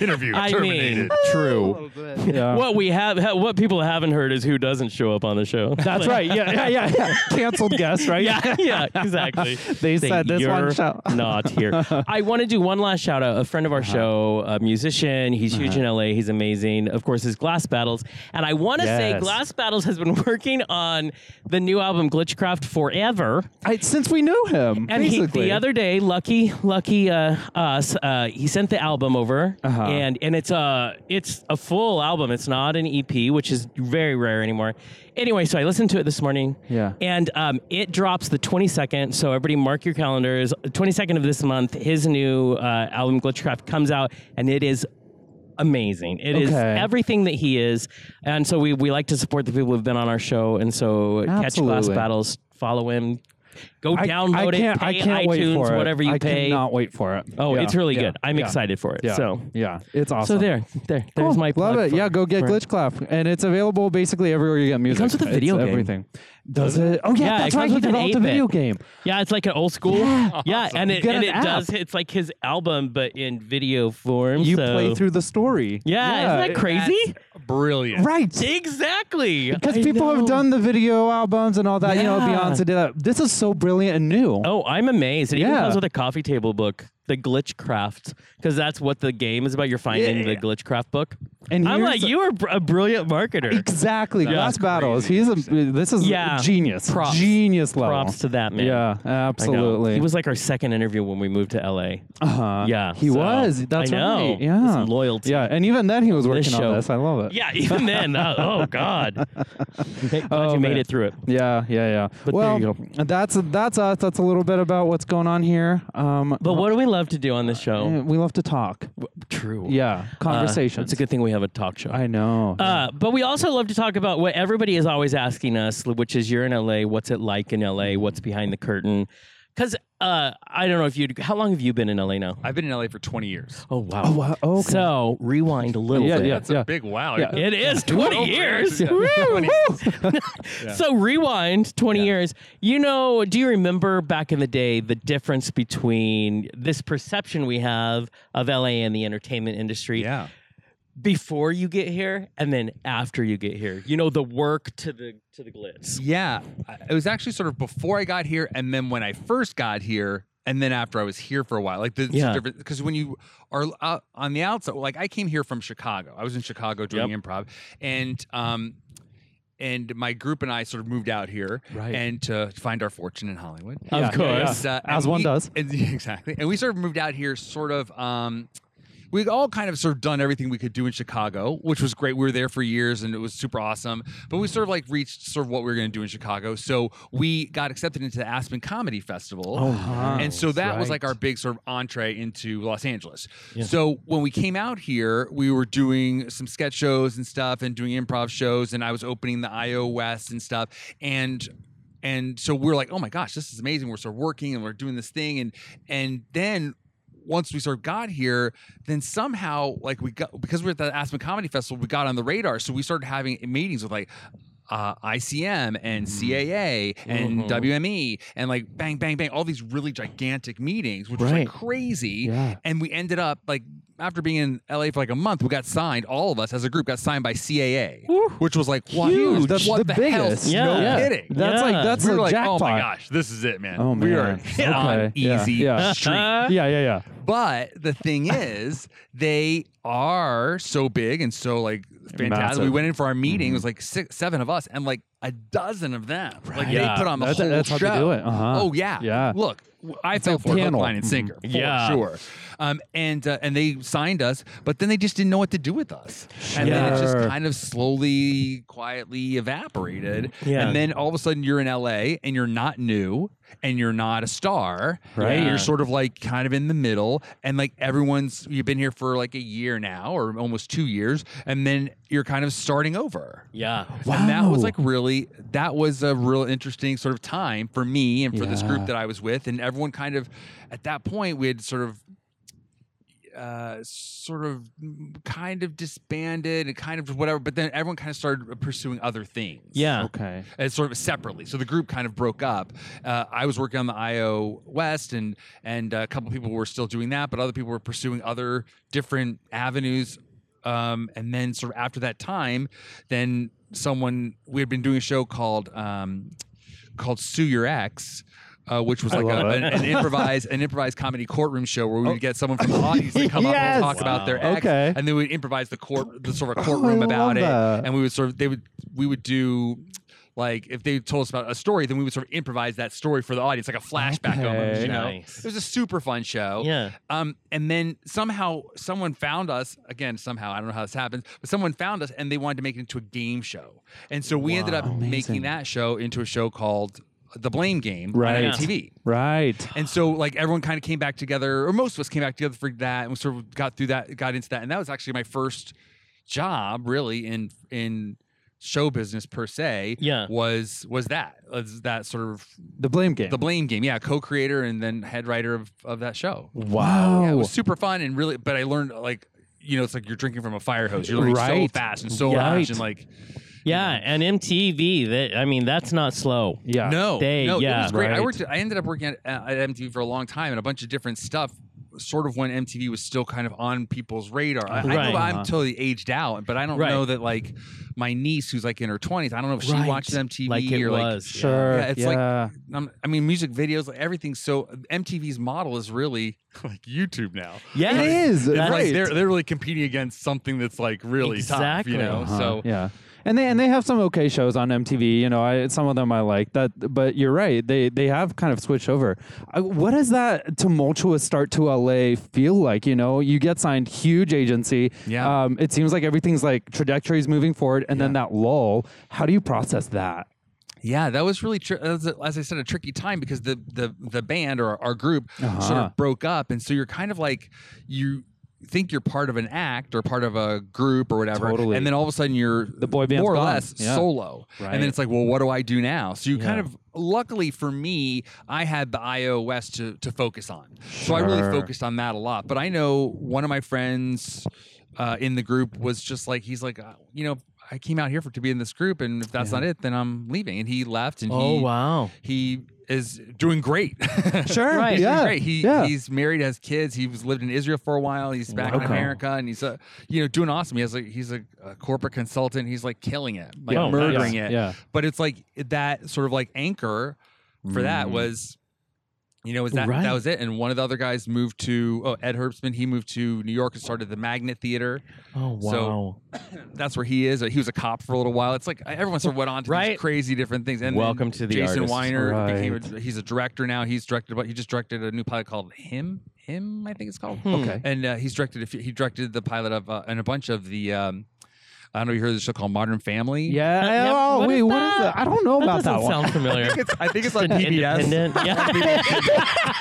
Speaker 7: Interview
Speaker 5: I mean,
Speaker 7: terminated.
Speaker 5: true.
Speaker 4: Yeah.
Speaker 5: What we have, ha- what people haven't heard is who doesn't show up on the show.
Speaker 4: That's right. Yeah, yeah, yeah. yeah. Canceled guest, right?
Speaker 5: yeah, yeah, exactly.
Speaker 4: They
Speaker 5: Say,
Speaker 4: said this one
Speaker 5: "You're
Speaker 4: shall-"
Speaker 5: not here. I want to do one last shout out. A friend of our
Speaker 4: Uh-huh.
Speaker 5: show, a musician. He's huge in LA. He's amazing. Of course, his Glass Battles. And I want to say
Speaker 4: Yes.
Speaker 5: Glass Battles has been working on the new album Glitchcraft forever.
Speaker 4: I, since we knew him,
Speaker 5: And he,
Speaker 4: basically.
Speaker 5: the other day, lucky, lucky uh, us, uh, he sent the album over,
Speaker 4: Uh-huh.
Speaker 5: and and it's a it's a full album. It's not an EP, which is very rare anymore. Anyway, so I listened to it this morning.
Speaker 4: Yeah.
Speaker 5: and um, it drops the twenty second. So everybody, mark your calendars. Twenty second of this month, his new uh, album Glitchcraft comes out, and it is amazing. It is
Speaker 4: Okay.
Speaker 5: everything that he is. And so we, we like to support the people who've been on our show. And so uh, catch Glass
Speaker 4: Absolutely.
Speaker 5: Battles, follow him, go
Speaker 4: I,
Speaker 5: download
Speaker 4: I can't,
Speaker 5: it, pay
Speaker 4: I can't
Speaker 5: iTunes,
Speaker 4: wait for it.
Speaker 5: whatever you
Speaker 4: I
Speaker 5: pay.
Speaker 4: cannot wait for it.
Speaker 5: Oh,
Speaker 4: Yeah,
Speaker 5: it's really
Speaker 4: yeah,
Speaker 5: good. I'm
Speaker 4: yeah,
Speaker 5: excited for it.
Speaker 4: Yeah,
Speaker 5: So
Speaker 4: yeah, it's awesome.
Speaker 5: so there, there,
Speaker 4: Cool.
Speaker 5: there's my plug
Speaker 4: love it.
Speaker 5: for-
Speaker 4: Yeah, go get
Speaker 5: for-
Speaker 4: Glitch Clap, and it's available basically everywhere you get music.
Speaker 5: comes with a
Speaker 4: It's
Speaker 5: video game.
Speaker 4: Everything. Does it? Oh yeah,
Speaker 5: Yeah, it
Speaker 4: that's
Speaker 5: comes
Speaker 4: right. He
Speaker 5: with an
Speaker 4: developed a
Speaker 5: 8-bit.
Speaker 4: video game.
Speaker 5: Yeah, it's like an old school. Yeah, and it
Speaker 4: get an
Speaker 5: and it
Speaker 4: app.
Speaker 5: does. It's like his album, but in video form.
Speaker 4: You
Speaker 5: so-
Speaker 4: play through the story.
Speaker 5: Yeah, isn't that crazy?
Speaker 6: Brilliant.
Speaker 4: Right.
Speaker 5: Exactly.
Speaker 4: Because
Speaker 5: I
Speaker 4: people have
Speaker 5: know.
Speaker 4: done the video albums and all that, you know,
Speaker 5: Yeah.
Speaker 4: Beyonce did that. This is so brilliant and new.
Speaker 5: Oh, I'm amazed. It even
Speaker 4: Yeah.
Speaker 5: comes with a coffee table book, the Glitchcraft, because that's what the game is about. You're finding the Glitchcraft book.
Speaker 4: And
Speaker 5: I'm
Speaker 4: here's-
Speaker 5: like, you are br- a brilliant marketer.
Speaker 4: Exactly. Glass
Speaker 5: crazy.
Speaker 4: battles. He's a this is
Speaker 5: Yeah.
Speaker 4: genius.
Speaker 5: Props.
Speaker 4: Genius level.
Speaker 5: Props to that man.
Speaker 4: Yeah,
Speaker 5: I know.
Speaker 4: absolutely.
Speaker 5: He was like our second interview when we moved to LA.
Speaker 4: uh-huh.
Speaker 5: Yeah,
Speaker 4: He
Speaker 5: so-
Speaker 4: was. That's
Speaker 5: I know.
Speaker 4: right. Yeah.
Speaker 5: Some loyalty.
Speaker 4: Yeah, and even then he was working
Speaker 5: show.
Speaker 4: on this. I love it.
Speaker 5: Yeah, even then. uh, oh God. Thank God
Speaker 4: Oh,
Speaker 5: you made
Speaker 4: man.
Speaker 5: it through it.
Speaker 4: Yeah, yeah, yeah.
Speaker 5: But
Speaker 4: well,
Speaker 5: there you
Speaker 4: that's that's us. That's a little bit about what's going on here. Um, eh,
Speaker 5: But what do we love to do on this show?
Speaker 4: we love to talk.
Speaker 5: True.
Speaker 4: Yeah,
Speaker 5: Conversation.
Speaker 4: conversations.
Speaker 5: it's uh, a good thing we have a talk show.
Speaker 4: I know.
Speaker 5: Uh, but we also love to talk about what everybody is always asking us, which is you're in LA, what's it like in LA, what's behind the curtain? because uh, I don't know if you. How long have you been in LA now?
Speaker 6: I've been in LA for 20 years.
Speaker 5: Oh wow.
Speaker 4: Oh, wow. Oh, okay.
Speaker 5: So rewind a little
Speaker 4: Yeah,
Speaker 5: bit.
Speaker 4: yeah.
Speaker 7: That's a big wow.
Speaker 4: Yeah.
Speaker 5: It is 20 years.
Speaker 6: Yeah.
Speaker 5: Woo!
Speaker 6: 20 Yeah.
Speaker 5: So rewind 20 years. You know, do you remember back in the day the difference between this perception we have of LA and the entertainment industry
Speaker 6: Yeah.
Speaker 5: before you get here and then after you get here? You know, the work to the to the glitz.
Speaker 6: Yeah. I- It was actually sort of before I got here and then when I first got here and then after I was here for a while. Like the
Speaker 5: Yeah.
Speaker 6: different because when you are out on the outside, like I came here from Chicago. I was in Chicago doing improv and um and my group and I sort of moved out here
Speaker 4: Right.
Speaker 6: and to find our fortune in Hollywood.
Speaker 4: Yeah, yeah,
Speaker 5: of course.
Speaker 6: And, uh,
Speaker 4: As
Speaker 6: and
Speaker 4: one
Speaker 6: we-
Speaker 4: does.
Speaker 6: and- exactly. And we sort of moved out here, sort of. Um, we all kind of sort of done everything we could do in Chicago, which was great. We were there for years and it was super awesome. But we sort of like reached sort of what we were going to do in Chicago. So we got accepted into the Aspen Comedy Festival.
Speaker 4: Oh, Uh-huh.
Speaker 6: and so that was like our big sort of entree into Los Angeles. So when we came out here, we were doing some sketch shows and stuff and doing improv shows. And I was opening the IO West and stuff. And and so we're like, oh my gosh, this is amazing. We're sort of working and we're doing this thing. And and then once we sort of got here, then somehow like we got because we're at the Aspen Comedy Festival, we got on the radar. So we started having meetings with like uh, ICM
Speaker 4: Mm-hmm.
Speaker 6: and CAA and WME and like bang bang bang, all these really gigantic meetings, which was
Speaker 5: Right.
Speaker 6: like crazy.
Speaker 4: Yeah.
Speaker 6: And we ended up like after being in LA for like a month, we got signed. All of us as a group got signed by CAA, which was like wow,
Speaker 4: Huge. That's
Speaker 6: what
Speaker 4: the
Speaker 6: hell?
Speaker 4: biggest.
Speaker 5: Yeah.
Speaker 6: No
Speaker 5: Yeah.
Speaker 6: kidding
Speaker 4: That's
Speaker 5: Yeah.
Speaker 4: like that's
Speaker 6: we
Speaker 4: a
Speaker 6: were like,
Speaker 4: jackpot.
Speaker 6: oh my gosh, this is it, man.
Speaker 4: Oh,
Speaker 6: we are
Speaker 4: man.
Speaker 6: on
Speaker 4: Okay. Yeah,
Speaker 6: easy
Speaker 4: yeah.
Speaker 6: street.
Speaker 4: Yeah, yeah, yeah.
Speaker 6: But the thing is, they are so big and so like fantastic.
Speaker 4: Massive. Mm-hmm.
Speaker 6: We went in for our meeting. It was like six, seven of us, and like a dozen of them. Like
Speaker 5: Yeah.
Speaker 6: they put on the
Speaker 4: That's-
Speaker 6: whole
Speaker 4: that's how
Speaker 6: show.
Speaker 4: they do it. Uh-huh.
Speaker 6: Oh yeah,
Speaker 4: Yeah.
Speaker 6: Look, w- I fell
Speaker 4: like
Speaker 6: for it, hook,
Speaker 4: panel. Mm-hmm.
Speaker 6: line, and sinker. For
Speaker 5: Yeah.
Speaker 6: sure. Um, and uh, and they signed us, but then they just didn't know what to do with us, and then it just
Speaker 4: Sure.
Speaker 6: kind of slowly, quietly evaporated.
Speaker 5: Yeah.
Speaker 6: And then all of a sudden you're in LA and you're not new and you're not a star.
Speaker 5: Right.
Speaker 6: And you're sort of like kind of in the middle. And like everyone's you've been here for like a year now or almost two years. And then you're kind of starting over.
Speaker 5: Yeah.
Speaker 6: And that was
Speaker 4: Wow.
Speaker 6: like really that was a real interesting sort of time for me and for this
Speaker 4: Yeah.
Speaker 6: group that I was with. And everyone kind of at that point we had sort of uh, sort of mm, kind of disbanded and kind of whatever, but then everyone kind of started pursuing other things.
Speaker 5: Yeah.
Speaker 4: Okay.
Speaker 6: As uh, sort of separately, so the group kind of broke up. Uh, I was working on the IO West, and and uh, a couple people were still doing that, but other people were pursuing other different avenues. Um, and then sort of after that time, then someone we had been doing a show called um, called Sue Your Ex. Uh, which was like a,
Speaker 4: love Oh.
Speaker 6: an, an improvised an improvised comedy courtroom show where we would get someone from the audience to come up
Speaker 4: Yes.
Speaker 6: and talk about their ex,
Speaker 4: Okay. Oh,
Speaker 6: and then we'd improvise the court the sort of
Speaker 4: I
Speaker 6: courtroom
Speaker 4: love
Speaker 6: about it,
Speaker 4: that.
Speaker 6: and we would sort of they would we would do like if they told us about a story, then we would sort of improvise that story for the audience, like a flashback almost.
Speaker 4: Okay.
Speaker 6: You know,
Speaker 5: Nice.
Speaker 6: it was a super fun show.
Speaker 5: Yeah.
Speaker 6: Um, and then somehow someone found us again. Somehow I don't know how this happens, but someone found us and they wanted to make it into a game show, and so we ended up making that show into a show called The Blame Game
Speaker 4: Right.
Speaker 6: on TV.
Speaker 4: Right.
Speaker 6: And so, like everyone, kind of came back together, or most of us came back together for that, and we sort of got through that, got into that, and that was actually my first job, really, in in show business per se.
Speaker 5: Yeah.
Speaker 6: was was that was that sort of
Speaker 4: The blame game.
Speaker 6: the blame game? Yeah, co-creator and then head writer of of that show.
Speaker 4: wow.
Speaker 6: Yeah, it was super fun and really, but I learned like you know, it's like you're drinking from a fire hose. You're learning so
Speaker 4: Right.
Speaker 6: fast and so
Speaker 4: Right.
Speaker 6: much, and like
Speaker 5: Yeah. And MTV, that I mean, that's not slow.
Speaker 4: yeah.
Speaker 6: No,
Speaker 5: They-
Speaker 6: no,
Speaker 5: yeah,
Speaker 6: it was great.
Speaker 4: right.
Speaker 6: I worked. I ended up working at, uh, at MTV for a long time and a bunch of different stuff. Sort of when MTV was still kind of on people's radar. I, I
Speaker 5: Right. Uh-huh.
Speaker 6: know I'm totally aged out, but I don't
Speaker 5: Right.
Speaker 6: know that like my niece who's like in her 20s. I don't know if she
Speaker 5: Right.
Speaker 6: watches MTV
Speaker 5: Like it
Speaker 6: or like.
Speaker 5: was.
Speaker 4: Sure.
Speaker 6: Yeah, it's like-
Speaker 4: yeah.
Speaker 6: I'm- I mean, music videos, like everything's so MTV's model is really like YouTube now.
Speaker 5: Yeah.
Speaker 4: it is.
Speaker 6: It's
Speaker 4: right.
Speaker 6: like they're they're really competing against something that's like really
Speaker 5: Exactly.
Speaker 6: tough, you know.
Speaker 4: Uh-huh,
Speaker 6: So
Speaker 4: yeah. And they and they have some okay shows on MTV. You know, I, some of them I like that, but you're right. They they have kind of switched over. Uh, what does that tumultuous start to LA feel like? You know, you get signed huge agency.
Speaker 6: Yeah.
Speaker 4: Um, it seems like everything's like trajectories moving forward, and then that lull. How do you process that?
Speaker 6: Yeah, that was really, tr- that was, as I said, a tricky time because the the the band or our group sort
Speaker 4: Uh-huh.
Speaker 6: of broke up, and so you're kind of like you think you're part of an act or part of a group or whatever,
Speaker 4: Totally.
Speaker 6: and then all of a sudden you're the
Speaker 4: boy band's
Speaker 6: more or
Speaker 4: gone.
Speaker 6: less
Speaker 4: Yeah.
Speaker 6: solo, and
Speaker 4: Right.
Speaker 6: then it's like, well, what do I do now? So you kind of luckily for me, I had the iOS to, to focus on. So I really
Speaker 4: Sure.
Speaker 6: focused on that a lot. But I know one of my friends uh, in the group was just like, he's like, uh, you know, I came out here for to be in this group, and if that's not it, then I'm leaving. And he left, and
Speaker 5: Oh
Speaker 6: he
Speaker 5: wow.
Speaker 6: he is doing great.
Speaker 4: Sure.
Speaker 5: Right.
Speaker 6: He's
Speaker 4: Yeah.
Speaker 6: great. He,
Speaker 4: yeah.
Speaker 6: He's married, has kids. He was lived in Israel for a while. He's back in
Speaker 4: Wow.
Speaker 6: America, and he's uh, you know doing awesome. He has like he's a, a corporate consultant. He's like killing it, like
Speaker 5: Yeah. Oh, nice.
Speaker 6: murdering it.
Speaker 4: yeah.
Speaker 6: But it's like that sort of like anchor for that
Speaker 4: Mm.
Speaker 6: was, you know, was that
Speaker 5: Right.
Speaker 6: that was it. And one of the other guys moved to oh Ed Herbstman. He moved to New York and started the Magnet Theater.
Speaker 5: Oh wow.
Speaker 6: So- That's where he is. He was a cop for a little while. It's like everyone sort of went on to
Speaker 5: Right.
Speaker 6: these crazy different things. And then
Speaker 5: Welcome to the
Speaker 6: Jason
Speaker 5: artist.
Speaker 6: Weiner
Speaker 4: Right.
Speaker 6: became a, he's a director now. He's directed but he just directed a new pilot called Him. Him, I think it's called.
Speaker 5: Hmm.
Speaker 4: Okay.
Speaker 6: And uh, he's directed a few, he directed the pilot of uh, and a bunch of the um, I don't know if you heard of the show called Modern Family.
Speaker 4: Yeah.
Speaker 5: yeah,
Speaker 4: oh,
Speaker 5: what
Speaker 4: wait.
Speaker 5: is
Speaker 4: what is
Speaker 5: that?
Speaker 4: that? I don't know about that
Speaker 5: doesn't
Speaker 4: one.
Speaker 5: sound familiar.
Speaker 6: It's- I think it's on
Speaker 5: An
Speaker 6: PBS.
Speaker 5: Independent. Yeah.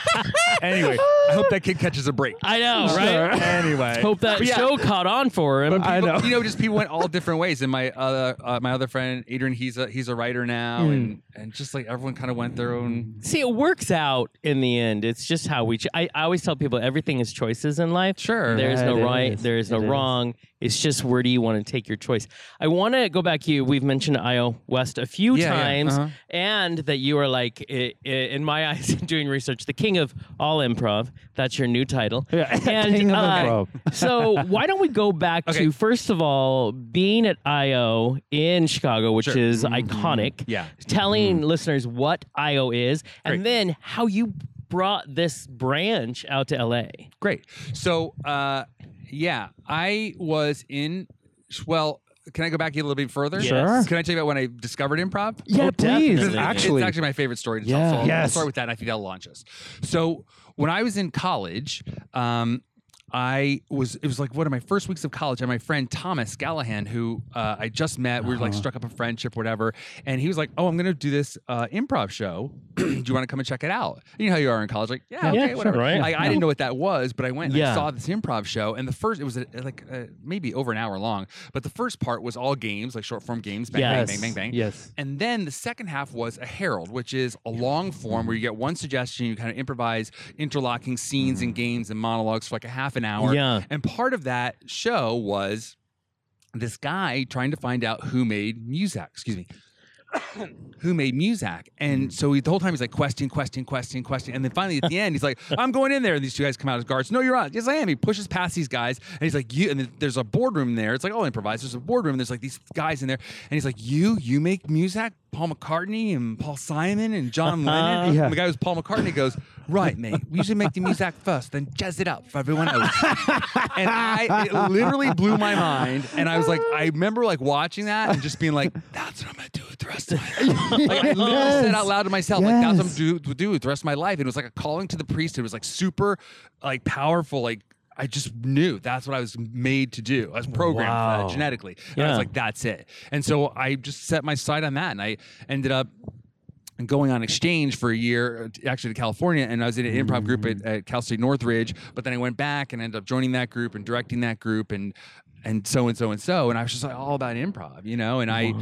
Speaker 6: Anyway, I hope that kid catches a break.
Speaker 5: I know, right?
Speaker 6: Anyway,
Speaker 5: Hope that
Speaker 6: But yeah.
Speaker 5: show caught on for him.
Speaker 4: I
Speaker 6: People-
Speaker 4: know.
Speaker 6: You know, just people went all different ways. And my other uh, my other friend Adrian, he's a he's a writer now,
Speaker 4: Hmm.
Speaker 6: and and just like everyone kind of went their own.
Speaker 5: See, it works out in the end. It's just how we. Ch- I, I always tell people everything is choices in life.
Speaker 6: Sure.
Speaker 5: There is
Speaker 4: Yeah,
Speaker 5: no
Speaker 4: it
Speaker 5: right.
Speaker 4: is.
Speaker 5: There is no
Speaker 4: It is.
Speaker 5: wrong. It's just where do you want to take your choice. I want to go back. You we've mentioned Io West a few
Speaker 6: Yeah, yeah,
Speaker 5: times,
Speaker 6: uh-huh.
Speaker 5: and that you are like, i i in my eyes, doing research, the king of all improv. That's your new title.
Speaker 4: Yeah,
Speaker 5: And,
Speaker 4: King of
Speaker 5: uh,
Speaker 4: Improv.
Speaker 5: so why don't we go back
Speaker 6: Okay.
Speaker 5: to first of all being at IO in Chicago, which
Speaker 6: Sure. Mm-hmm.
Speaker 5: is iconic.
Speaker 6: Yeah. Mm-hmm.
Speaker 5: telling listeners what IO is, and
Speaker 6: Great.
Speaker 5: then how you brought this branch out to LA.
Speaker 6: Great. So, uh, yeah, I was in. Well, can I go back a little bit further?
Speaker 5: Sure.
Speaker 6: Can I tell you about when I discovered improv?
Speaker 4: Yeah,
Speaker 5: Oh,
Speaker 4: please.
Speaker 5: definitely.
Speaker 4: Actually.
Speaker 6: it's actually my favorite story to
Speaker 4: Yeah.
Speaker 6: tell. So I'll, I'll
Speaker 4: Yes.
Speaker 6: start with that, and I think that'll launch us. So when I was in college, um, I was it was like one of my first weeks of college, and my friend Thomas Gallahan, who uh, I just met, we were
Speaker 5: Uh-huh.
Speaker 6: like struck up a friendship, whatever, and he was like, "Oh, I'm gonna do this uh, improv show. do you want to come and check it out?" You know how you are in college, like, yeah,
Speaker 5: Yeah,
Speaker 6: okay,
Speaker 5: sure,
Speaker 6: whatever.
Speaker 5: right.
Speaker 6: Like, I didn't know what that was, but I went and
Speaker 5: Yeah.
Speaker 6: I saw this improv show, and the first it was uh, like uh, maybe over an hour long, but the first part was all games, like short form games, bang,
Speaker 5: Yes.
Speaker 6: bang, bang, bang, bang.
Speaker 4: Yes.
Speaker 6: And then the second half was a herald, which is a long form where you get one suggestion, you kind of improvise interlocking scenes and games and monologues for like a half an hour.
Speaker 5: Yeah.
Speaker 6: And part of that show was this guy trying to find out who made Muzak, excuse me, who made Muzak. And so he, the whole time he's like, question, question, question, question. And then finally at the end, he's like, I'm going in there. And these two guys come out as guards. No, you're not. Yes, I am. He pushes past these guys and he's like, you. And then there's a boardroom there. It's like, oh, improvise. There's a boardroom. And there's like these guys in there. And he's like, you, you make Muzak, Paul McCartney and Paul Simon and John Lennon.
Speaker 4: Yeah.
Speaker 6: And the guy was Paul McCartney goes, right, mate. We usually make the Muzak first, then jazz it up for everyone else and I it literally blew my mind. And I was like, I remember like watching that and just being like, that's what I'm gonna do with the rest of my life. Like I literally said
Speaker 4: Yes.
Speaker 6: out loud to myself, like that's what I'm
Speaker 4: Yes.
Speaker 6: do to do with the rest of my life. And it was like a calling to the priesthood. It was like super like powerful, like I just knew that's what I was made to do. I was programmed for
Speaker 5: Wow.
Speaker 6: that genetically. And I
Speaker 5: Yeah.
Speaker 6: was like, that's it. And so I just set my sight on that and I ended up and going on exchange for a year, uh, t- actually to California, and I was in an improv group at, at Cal State Northridge. But then I went back and ended up joining that group and directing that group, and and so and so and so. And I was just like all about improv, you know. And I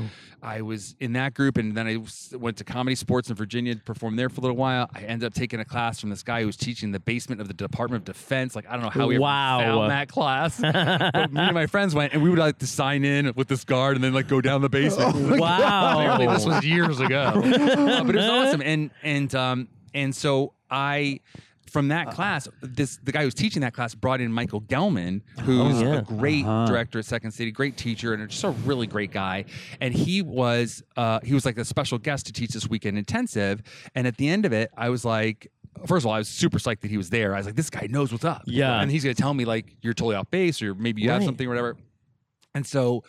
Speaker 6: I was in that group, and then I s- went to comedy sports in Virginia, performed there for a little while. I ended up taking a class from this guy who was teaching in the basement of the Department of Defense. Like I don't know how we ever
Speaker 5: Wow.
Speaker 6: found that class. but me and my friends went, and we would like to sign in with this guard, and then like go down the basement.
Speaker 5: Oh,
Speaker 7: Apparently,
Speaker 5: Wow.
Speaker 7: this was years ago.
Speaker 6: Uh, but it was awesome. And and um and so I from that class, this the guy who was teaching that class brought in Michael Gelman,
Speaker 5: Oh,
Speaker 6: who's
Speaker 5: yeah. Uh-huh.
Speaker 6: a great director at Second City, great teacher, and just a really great guy. And he was uh, he was like a special guest to teach this weekend intensive. And at the end of it, I was like, first of all, I was super psyched that he was there. I was like, this guy knows what's up.
Speaker 5: Yeah.
Speaker 6: and he's gonna tell me like you're totally off base, or maybe you have
Speaker 5: Right.
Speaker 6: something, or whatever. And so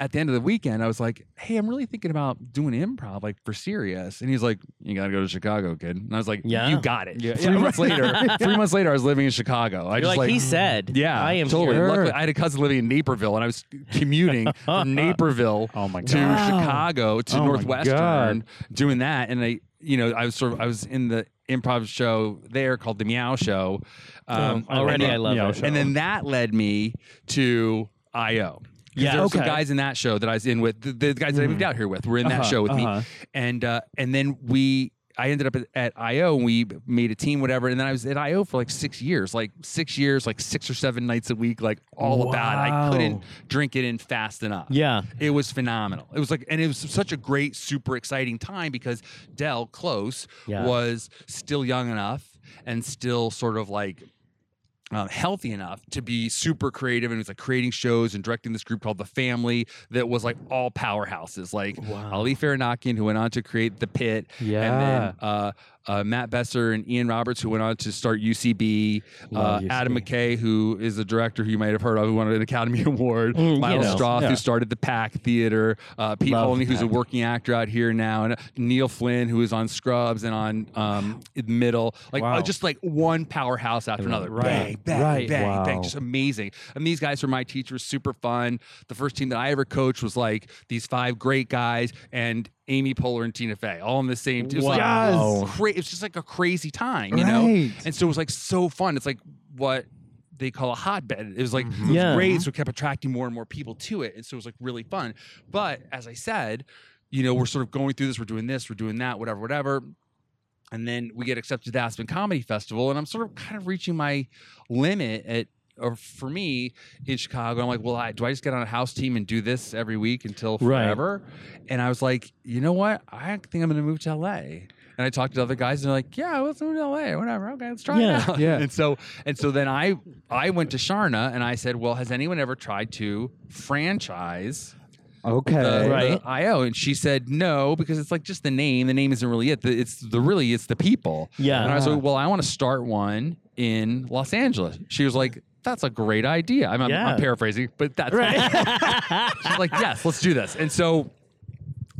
Speaker 6: at the end of the weekend, I was like, hey, I'm really thinking about doing improv, like for serious. And he's like, you got to go to Chicago, kid. And I was like,
Speaker 5: Yeah.
Speaker 6: you got it.
Speaker 4: Yeah.
Speaker 6: Three
Speaker 4: Yeah.
Speaker 6: months later, three months later, I was living in Chicago. I
Speaker 5: You're like,
Speaker 6: just
Speaker 5: "Hmm,
Speaker 6: like,
Speaker 5: he said.
Speaker 6: yeah,
Speaker 5: I am
Speaker 6: totally.
Speaker 5: here.
Speaker 6: Luckily, I had a cousin living in Naperville, and I was commuting from Naperville
Speaker 7: Oh my
Speaker 6: to
Speaker 7: God.
Speaker 5: Wow.
Speaker 6: Chicago to
Speaker 4: Oh my God.
Speaker 6: Northwestern, doing that. And I, you know, I was sort of, I was in the improv show there called the Meow Show.
Speaker 5: Um, already, I love
Speaker 4: yeah, oh,
Speaker 5: it.
Speaker 4: sure.
Speaker 6: And then that led me to IO. Yeah. There were some
Speaker 4: Okay. Mm-hmm.
Speaker 6: guys in that show that I was in with, the, the guys that I moved out here with were in that
Speaker 4: Uh-huh,
Speaker 6: show with
Speaker 4: uh-huh.
Speaker 6: me. And uh, and then we I ended up at, at IO and we made a team, whatever. And then I was at IO for like six years, like six years, like six or seven nights a week, like all about it. I couldn't drink it in fast enough.
Speaker 5: Yeah.
Speaker 6: It was phenomenal. It was like, and it was such a great, super exciting time because Dell Close
Speaker 5: Yeah.
Speaker 6: was still young enough and still sort of like um, healthy enough to be super creative and was like creating shows and directing this group called The Family that was like all powerhouses, like Ali Faranakian, who went on to create The Pit,
Speaker 4: Yeah.
Speaker 6: and then uh, uh, Matt Besser and Ian Roberts, who went on to start UCB, uh,
Speaker 5: Love
Speaker 6: Adam
Speaker 5: UCB.
Speaker 6: McKay, who is a director who you might have heard of, who won an Academy Award,
Speaker 5: Mm, you
Speaker 6: Miles
Speaker 5: know.
Speaker 6: Strath, who started the Pack Theater, uh, Pete
Speaker 5: Love
Speaker 6: Holney, who's a
Speaker 5: Pack.
Speaker 6: working actor out here now, and Neil Flynn, who is on Scrubs and on um, Middle, like uh,
Speaker 4: Wow.
Speaker 6: just like one powerhouse after another,
Speaker 4: Right.
Speaker 6: bang, bang,
Speaker 4: Right.
Speaker 6: bang,
Speaker 4: Wow.
Speaker 6: bang, just amazing. And these guys were my teachers, super fun. The first team that I ever coached was like these five great guys and Amy Poehler and Tina Fey, all in the same team. It was like,
Speaker 4: Wow.
Speaker 6: cra- it was just like a crazy time, you know.
Speaker 4: Right.
Speaker 6: And so it was like so fun. It's like what they call a hotbed. It was like it was
Speaker 5: Yeah.
Speaker 6: great, so it kept attracting more and more people to it. And so it was like really fun. But as I said, you know, we're sort of going through this, we're doing this, we're doing that, whatever, whatever. And then we get accepted to the Aspen Comedy Festival, and I'm sort of kind of reaching my limit at or for me in Chicago. I'm like, well, I, do I just get on a house team and do this every week until
Speaker 5: Right.
Speaker 6: forever? And I was like, you know what? I think I'm going to move to LA. And I talked to other guys, and they're like, "Yeah, let's move to LA. Whatever. Okay, let's try
Speaker 5: Yeah,
Speaker 6: it out."
Speaker 4: yeah.
Speaker 6: And so, and so then I, I went to Sharna, and I said, "Well, has anyone ever tried to franchise
Speaker 4: Okay.
Speaker 6: the,
Speaker 5: Right.
Speaker 6: the IO?" And she said, "No, because it's like just the name. The name isn't really it. The, it's the really it's the people." And I
Speaker 5: Yeah.
Speaker 6: was like, "Well, I want to start one in Los Angeles." She was like, "That's a great idea." I'm, I'm-
Speaker 5: Yeah.
Speaker 6: I'm paraphrasing, but that's
Speaker 5: Right.
Speaker 6: She's like, yes, let's do this. And so,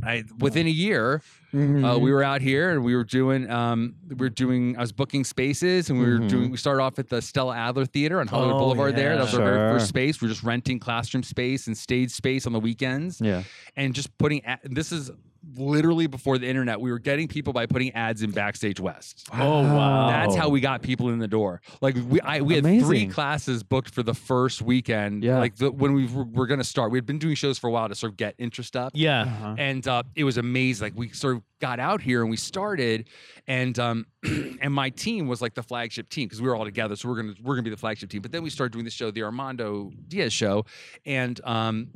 Speaker 6: I within a year,
Speaker 5: Mm-hmm.
Speaker 6: uh, we were out here and we were doing, um, we were doing. I was booking spaces and we were doing. We started off at the Stella Adler Theater on Hollywood
Speaker 5: Mm-hmm. Oh,
Speaker 6: Boulevard. There,
Speaker 5: yeah.
Speaker 6: that was our very
Speaker 4: Sure.
Speaker 6: first space. We were just renting classroom space and stage space on the weekends
Speaker 4: Yeah.
Speaker 6: and just putting ad- this is literally before the internet we were getting people by putting ads in backstage west
Speaker 5: oh wow.
Speaker 6: that's how we got people in the door like we I, we had three
Speaker 4: Amazing.
Speaker 6: classes booked for the first weekend
Speaker 4: Yeah.
Speaker 6: like the, when we were, were going to start we had been doing shows for a while to sort of get interest up
Speaker 5: Yeah.
Speaker 4: Uh-huh.
Speaker 6: and uh, it was amazing. Like we sort of got out here and we started, and um, and my team was like the flagship team because we were all together, so we're gonna we're gonna be the flagship team. But then we started doing the show, the Armando Diaz show, and um,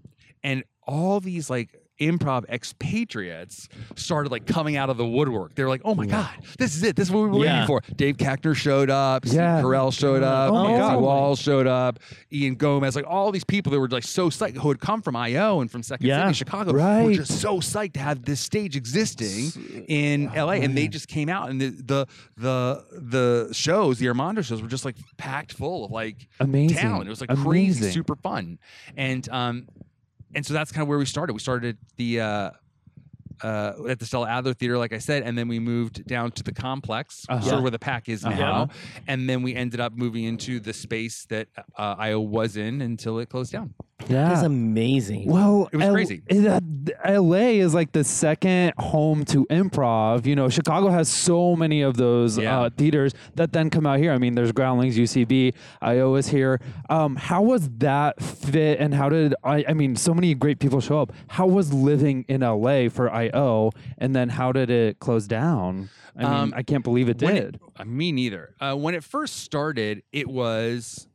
Speaker 6: and all these like improv expatriates started like coming out of the woodwork. They're like, oh my god, this is it. This is what we were
Speaker 5: Yeah.
Speaker 6: waiting for. Dave Kackner showed up.
Speaker 4: Yeah.
Speaker 6: Steve Carell showed up.
Speaker 4: Oh my
Speaker 6: Nancy
Speaker 4: God.
Speaker 6: Wall showed up. Ian Gomez, like all these people that were like so psyched who had come from IO and from Second
Speaker 5: Yeah.
Speaker 6: City, Chicago. Chicago were
Speaker 4: Right.
Speaker 6: just so psyched to have this stage existing
Speaker 4: oh,
Speaker 6: in LA, and they just came out, and the the the, the shows, the Armando shows, were just like packed full of like
Speaker 4: Amazing.
Speaker 6: talent. It was like crazy,
Speaker 4: Amazing.
Speaker 6: super fun, and um, and so that's kind of where we started. We started at the. Uh, uh, at the Stella Adler Theater, like I said, and then we moved down to the complex,
Speaker 4: Uh-huh.
Speaker 6: sort of where the pack is now, and then we ended up moving into the space that uh, I was in until it closed down.
Speaker 4: Yeah.
Speaker 5: That's amazing.
Speaker 4: Well,
Speaker 6: It was
Speaker 4: L-
Speaker 6: crazy.
Speaker 4: it- uh, th- LA is like the second home to improv. You know, Chicago has so many of those
Speaker 6: Yeah.
Speaker 4: uh, theaters that then come out here. I mean, there's Groundlings, UCB, IO is here. Um, how was that fit? And how did I? I mean, so many great people show up. How was living in LA for IO? And then how did it close down? I mean,
Speaker 6: Um,
Speaker 4: I can't believe it
Speaker 6: When
Speaker 4: did.
Speaker 6: uh, me neither. Uh, when it first started, it was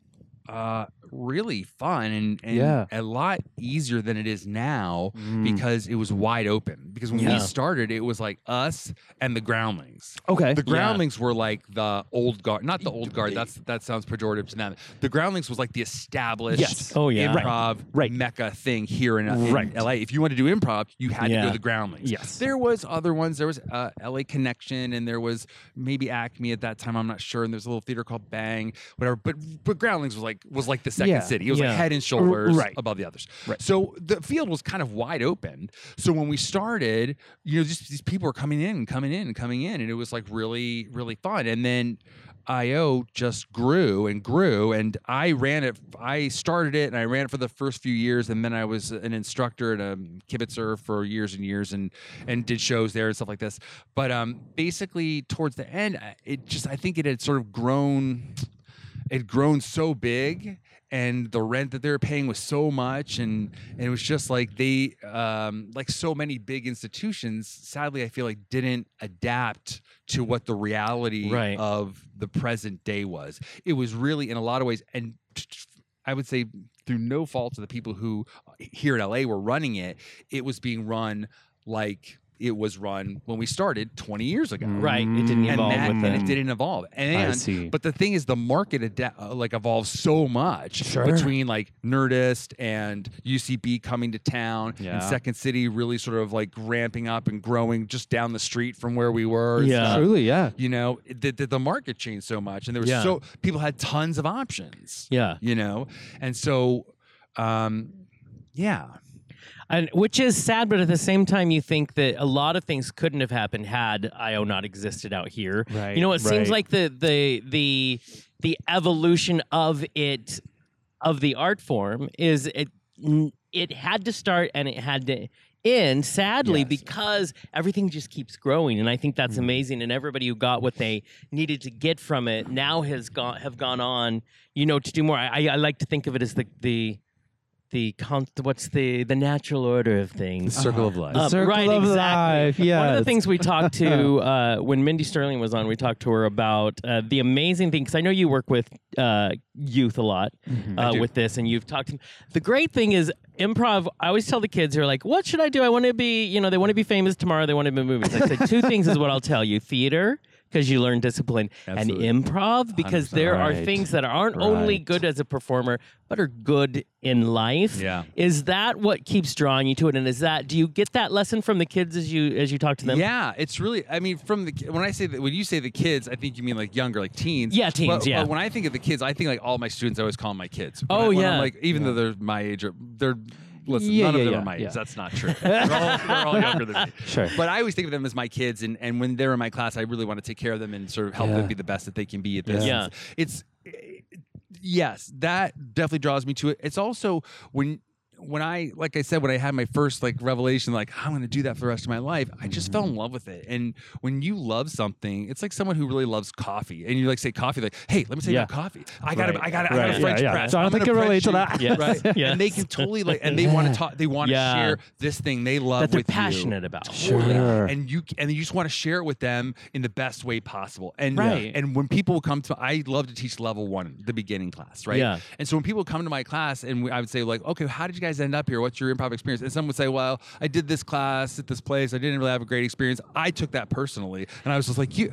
Speaker 6: uh, really fun and, and
Speaker 4: Yeah. Mm.
Speaker 6: a lot easier than it is now because it was wide open. Because when
Speaker 5: Yeah.
Speaker 6: we started, it was like us and the groundlings.
Speaker 4: okay.
Speaker 6: The groundlings were like the old guard, not the old guard. That's that sounds pejorative to them. The groundlings was like the established,
Speaker 4: Yes.
Speaker 5: Oh, yeah. Right.
Speaker 6: improv
Speaker 4: Right.
Speaker 6: mecca thing here in, in
Speaker 4: Right.
Speaker 6: LA. If you want to do improv, you had to go
Speaker 5: Yeah.
Speaker 6: to the groundlings.
Speaker 4: Yes.
Speaker 6: there was other ones. There was uh, LA Connection, and there was maybe Acme at that time. I'm not sure. And there's a little theater called Bang, whatever. But but groundlings was like was like the second
Speaker 4: Yeah.
Speaker 6: city. It was
Speaker 5: Yeah.
Speaker 6: like head and shoulders
Speaker 4: right.
Speaker 6: above the others. Right. So the field was kind of wide open. So when we started, you know, just these people were coming in, and coming in, and coming in, and it was like really, really fun. And then IO just grew and grew, and I ran it. I started it, and I ran it for the first few years, and then I was an instructor and a kibitzer for years and years, and and did shows there and stuff like this. But um, basically, towards the end, I- it just I think it had sort of grown had grown so big and the rent that they were paying was so much and, and it was just like they um, like so many big institutions sadly i feel like didn't adapt to what the reality
Speaker 5: Right.
Speaker 6: of the present day was it was really in a lot of ways and i would say through no fault of the people who uh, here in la were running it it was being run like it was run when we started 20 years ago
Speaker 4: Mm,
Speaker 5: Right. It didn't
Speaker 6: and,
Speaker 5: Mm. evolve
Speaker 6: that,
Speaker 5: with
Speaker 6: and
Speaker 5: it.
Speaker 6: it didn't evolve.
Speaker 4: I
Speaker 6: And
Speaker 4: see.
Speaker 6: but the thing is, the market ada- uh, like evolves so much
Speaker 4: Sure.
Speaker 6: between like Nerdist and UCB coming to town,
Speaker 4: Yeah.
Speaker 6: and Second City really sort of like ramping up and growing just down the street from where we were. and
Speaker 5: Yeah.
Speaker 6: stuff.
Speaker 4: Truly, yeah.
Speaker 6: you know the, the, the market changed so much, and there was
Speaker 5: Yeah.
Speaker 6: so people had tons of options.
Speaker 5: Yeah.
Speaker 6: you know, and so. Um, yeah,
Speaker 5: And which is sad, but at the same time, you think that a lot of things couldn't have happened had IO not existed out here.
Speaker 4: Right,
Speaker 5: You know, it seems
Speaker 4: right.
Speaker 5: like the the the the evolution of it of the art form is it it had to start and it had to end sadly
Speaker 6: Yes. Mm-hmm.
Speaker 5: because everything just keeps growing and i think that's amazing and everybody who got what they needed to get from it now has gone have gone on you know to do more i, I I like to think of it as the the the con- what's the the natural order of things
Speaker 6: circle of life.
Speaker 5: Uh,
Speaker 4: Uh-huh. circle
Speaker 5: right,
Speaker 4: of life,
Speaker 5: exactly. One of the
Speaker 4: yes.
Speaker 5: things we talked to uh, when Mindy Sterling was on, we talked to her about uh, the amazing thing because I know you work with uh, youth a lot uh,
Speaker 6: Mm-hmm. do.
Speaker 5: with this, and you've talked. to The great thing is improv. I always tell the kids who are like, "What should I do? I want to be, you know, they want to be famous tomorrow. They want to be in movies." I said two things is what I'll tell you: theater. Because you learn discipline
Speaker 6: Absolutely.
Speaker 5: and improv, because
Speaker 6: 100%.
Speaker 5: there are
Speaker 4: Right.
Speaker 5: things that aren't only
Speaker 4: Right.
Speaker 5: good as a performer, but are good in life.
Speaker 6: Yeah.
Speaker 5: Is that what keeps drawing you to it? And is that do you get that lesson from the kids as you as you talk to them?
Speaker 6: Yeah, it's really. I mean, from the ki- when I say that when you say the kids, I think you mean like younger, like teens.
Speaker 5: Yeah, teens,
Speaker 6: But,
Speaker 5: yeah.
Speaker 6: But when I think of the kids, I think like all my students. I always call them my kids. When
Speaker 5: Oh,
Speaker 6: I, when
Speaker 5: yeah.
Speaker 6: I'm like even though they're my age, or they're listen,
Speaker 4: Yeah,
Speaker 6: none
Speaker 4: yeah,
Speaker 6: of them
Speaker 4: yeah,
Speaker 6: are my
Speaker 4: yeah.
Speaker 6: age. That's not true. they're, all, they're all younger than me.
Speaker 4: Sure.
Speaker 6: But I always think of them as my kids, and and when they're in my class, I really want to take care of them and sort of help
Speaker 4: Yeah.
Speaker 6: them be the best that they can be at this.
Speaker 5: Yeah.
Speaker 6: It's, it's yes, that definitely draws me to it. It's also when when I like I said when I had my first like revelation like I'm going to do that for the rest of my life I just
Speaker 4: Mm-hmm.
Speaker 6: fell in love with it and when you love something it's like someone who really loves coffee and you like say coffee like hey let me tell you
Speaker 4: Yeah.
Speaker 6: about coffee I got to
Speaker 4: Right.
Speaker 6: I got to I
Speaker 4: Right.
Speaker 6: got
Speaker 4: Yeah,
Speaker 6: a French
Speaker 4: yeah.
Speaker 6: press
Speaker 4: Jonathan
Speaker 6: I'm gonna
Speaker 4: can relate
Speaker 6: press
Speaker 4: to
Speaker 6: you."
Speaker 4: that.
Speaker 5: Yes.
Speaker 6: right
Speaker 5: Yes.
Speaker 6: and they can totally like and they want to talk they want to
Speaker 5: Yeah.
Speaker 6: share this thing they love
Speaker 5: That they're
Speaker 6: with you.
Speaker 5: passionate about.
Speaker 6: Totally.
Speaker 4: Sure.
Speaker 6: And you and you just want to share it with them in the best way possible. And
Speaker 5: Right.
Speaker 6: and when people come to I love to teach level 1, the beginning class, right?
Speaker 5: Yeah.
Speaker 6: And so when people come to my class and we, I would say like, "Okay, how did you guys end up here? What's your improv experience?" And some would say, "Well, I did this class at this place. I didn't really have a great experience." I took that personally. And I was just like, "You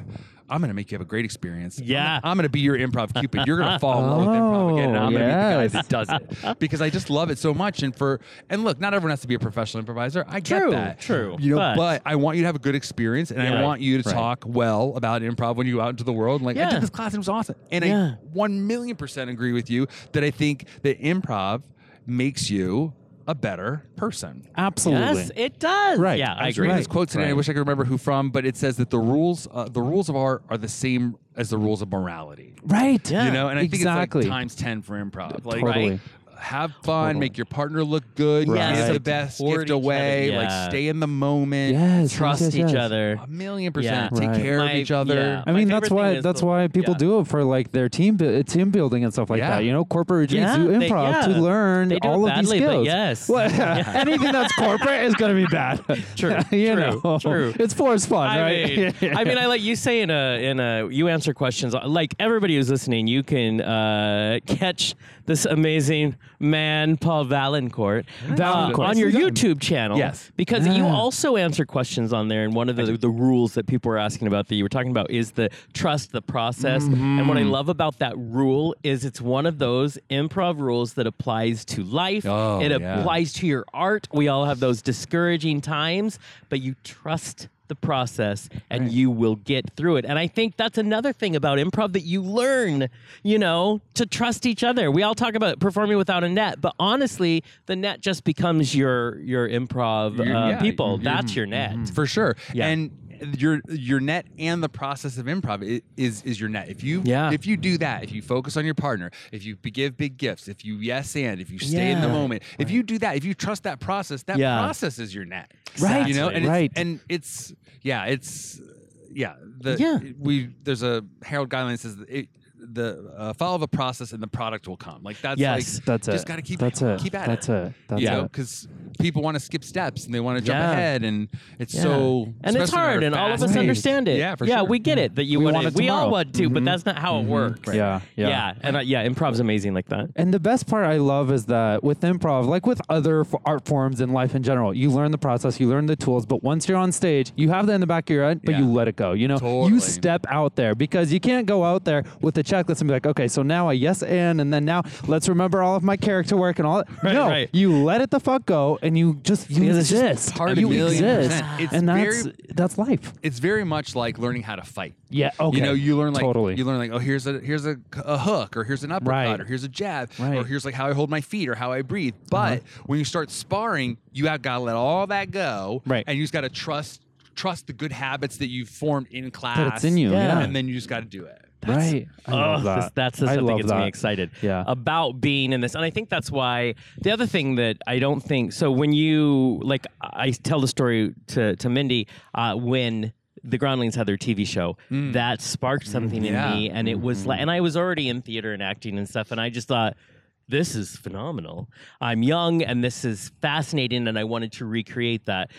Speaker 6: I'm gonna make you have a great experience. I'm
Speaker 5: Yeah.
Speaker 6: gonna- I'm gonna be your improv cupid. You're gonna fall in love with improv again, and I'm gonna be the guy
Speaker 4: Oh, yes.
Speaker 6: that does it because I just love it so much. And for and look, not everyone has to be a professional improviser. I
Speaker 5: True,
Speaker 6: get that.
Speaker 5: true.
Speaker 6: You know,
Speaker 5: But-
Speaker 6: but, I want you to have a good experience, and
Speaker 5: Yeah.
Speaker 6: I want you to
Speaker 4: Right.
Speaker 6: talk well about improv when you go out into the world. Like I
Speaker 5: Yeah.
Speaker 6: did this class, and it was awesome. And
Speaker 5: Yeah.
Speaker 6: I one million percent agree with you that I think that improv makes you a better person.
Speaker 4: Absolutely.
Speaker 5: Yes, it does.
Speaker 4: Right.
Speaker 5: Yeah, I
Speaker 6: I was
Speaker 5: agree.
Speaker 6: reading this quote today. and I wish I could remember who from, but it says that the rules, uh, the rules of art, are the same as the rules of morality.
Speaker 4: Right.
Speaker 5: Yeah.
Speaker 6: You know, and I
Speaker 4: Exactly.
Speaker 6: think it's like times ten for improv. Like,
Speaker 4: Totally.
Speaker 6: right? have fun, make your partner look good,
Speaker 5: Yes.
Speaker 6: give the
Speaker 5: Right.
Speaker 6: best
Speaker 5: Support
Speaker 6: gift
Speaker 5: each other.
Speaker 6: away,
Speaker 5: Yeah.
Speaker 6: like stay in the moment,
Speaker 4: Yes.
Speaker 5: Trust
Speaker 4: yes,
Speaker 5: each
Speaker 4: yes, yes.
Speaker 5: other.
Speaker 6: a million percent,
Speaker 5: Yeah.
Speaker 6: take
Speaker 4: Right.
Speaker 6: care
Speaker 5: My-
Speaker 6: of each other.
Speaker 5: yeah.
Speaker 4: I
Speaker 5: My
Speaker 4: mean, that's
Speaker 5: favorite thing
Speaker 4: why
Speaker 5: is
Speaker 4: that's
Speaker 5: the-
Speaker 4: why people
Speaker 5: yeah.
Speaker 4: do it for like their team bu- uh, team building and stuff like
Speaker 6: Yeah.
Speaker 4: that. You know, corporate retreats
Speaker 5: Yeah,
Speaker 4: do
Speaker 5: they-
Speaker 4: improv
Speaker 5: yeah.
Speaker 4: to learn
Speaker 5: They do it
Speaker 4: all of these
Speaker 5: badly, but
Speaker 4: skills.
Speaker 5: yes.
Speaker 4: Well, anything that's corporate is going to be bad.
Speaker 5: True,
Speaker 4: you
Speaker 5: true,
Speaker 4: know,
Speaker 5: true.
Speaker 4: It's forced fun,
Speaker 5: I
Speaker 4: right?
Speaker 5: mean, I mean, I like you say in a in a you answer questions like everybody who's listening. You can uh, catch this amazing man, Paul Valancourt, uh,
Speaker 4: Valancourt.
Speaker 5: on your
Speaker 4: Yeah.
Speaker 5: YouTube channel.
Speaker 6: Yes.
Speaker 5: because you
Speaker 4: Yeah.
Speaker 5: also answer questions on there. And one of the, the rules that people were asking about that you were talking about is the trust the process.
Speaker 6: Mm-hmm.
Speaker 5: And what I love about that rule is it's one of those improv rules that applies to life.
Speaker 6: Oh,
Speaker 5: it
Speaker 6: yeah.
Speaker 5: applies applies to your art. We all have those discouraging times, but you trust the process and you will get through it. And I think that's another thing about improv that you learn, you know, to trust each other. We all talk about performing without a net, but honestly, the net just becomes your your improv uh,
Speaker 6: Your- Mm-hmm. yeah,
Speaker 5: people.
Speaker 6: your-
Speaker 5: that's your net.
Speaker 6: for sure.
Speaker 5: Mm. Yeah.
Speaker 6: And your your net and the process of improv i- is is your net. If you
Speaker 5: Yeah.
Speaker 6: if you do that, if you focus on your partner, if you be- give big gifts, if you yes and if you stay in the
Speaker 5: Yeah.
Speaker 6: moment, if you do that, if you trust that process, that
Speaker 5: Yeah.
Speaker 6: process is your net.
Speaker 5: Right.
Speaker 6: You know, and
Speaker 4: Right.
Speaker 6: it's, and it's yeah, it's yeah. The,
Speaker 5: Yeah.
Speaker 6: we there's a Harold guideline says that it, the uh, follow the process and the product will come. Like that's
Speaker 5: Yes.
Speaker 6: like
Speaker 4: That's it.
Speaker 6: just gotta keep
Speaker 4: That's it.
Speaker 6: keep at
Speaker 4: That's
Speaker 6: it.
Speaker 4: it. That's
Speaker 6: yeah,
Speaker 4: it.
Speaker 6: because people want to skip steps and they want to jump
Speaker 5: Yeah.
Speaker 6: ahead, and it's
Speaker 5: Yeah.
Speaker 6: so
Speaker 5: and it's
Speaker 6: especially when
Speaker 5: hard,
Speaker 6: they're
Speaker 5: and all of
Speaker 6: fast
Speaker 5: us
Speaker 6: paced.
Speaker 5: understand it.
Speaker 6: Yeah, for
Speaker 5: yeah,
Speaker 6: sure.
Speaker 5: we get it that you
Speaker 4: We
Speaker 5: want,
Speaker 4: want it
Speaker 5: to. We all
Speaker 4: tomorrow.
Speaker 5: want to,
Speaker 6: Mm-hmm.
Speaker 5: but that's not how it works.
Speaker 4: Yeah.
Speaker 5: yeah,
Speaker 4: Yeah.
Speaker 5: and uh, yeah, improv's amazing like that.
Speaker 4: And the best part I love is that with improv, like with other f- art forms in life in general, you learn the process, you learn the tools, but once you're on stage, you have that in the back of your head, but you
Speaker 6: Yeah.
Speaker 4: let it go. You know,
Speaker 6: Totally.
Speaker 4: you step out there because you can't go out there with a checklist and be like, okay, so now I yes and, and then now let's remember all of my character work and all that. no,
Speaker 5: right.
Speaker 4: you let it the fuck go and you just, you
Speaker 5: Because it's just
Speaker 4: exist.
Speaker 6: part of
Speaker 4: you
Speaker 6: million
Speaker 4: exist.
Speaker 6: percent. It's
Speaker 4: and that's,
Speaker 6: very-
Speaker 4: that's life.
Speaker 6: It's very much like learning how to fight.
Speaker 4: Yeah. Okay.
Speaker 6: You know, you learn like
Speaker 4: totally.
Speaker 6: you learn like oh here's a here's a, a hook or here's an uppercut
Speaker 4: Right.
Speaker 6: or here's a jab or
Speaker 4: Right.
Speaker 6: here's like how I hold my feet or how I breathe. But when you start sparring, you have got to let all that go,
Speaker 4: Right.
Speaker 6: And you just got to trust trust the good habits that you've formed in class
Speaker 4: in you, Yeah. yeah.
Speaker 6: and then you just got to do it.
Speaker 4: right. I love
Speaker 5: Ugh,
Speaker 4: that.
Speaker 5: this- that's the
Speaker 4: I
Speaker 5: stuff that
Speaker 4: love
Speaker 5: gets me
Speaker 4: that.
Speaker 5: excited
Speaker 4: Yeah.
Speaker 5: about being in this. And I think that's why the other thing that I don't think so when you like I tell the story to to Mindy uh, when the Groundlings had their TV show that sparked something
Speaker 6: yeah.
Speaker 5: in me, and it was
Speaker 4: Mm-hmm.
Speaker 5: like, and I was already in theater and acting and stuff, and I just thought. This is phenomenal. I'm young and this is fascinating, and I wanted to recreate that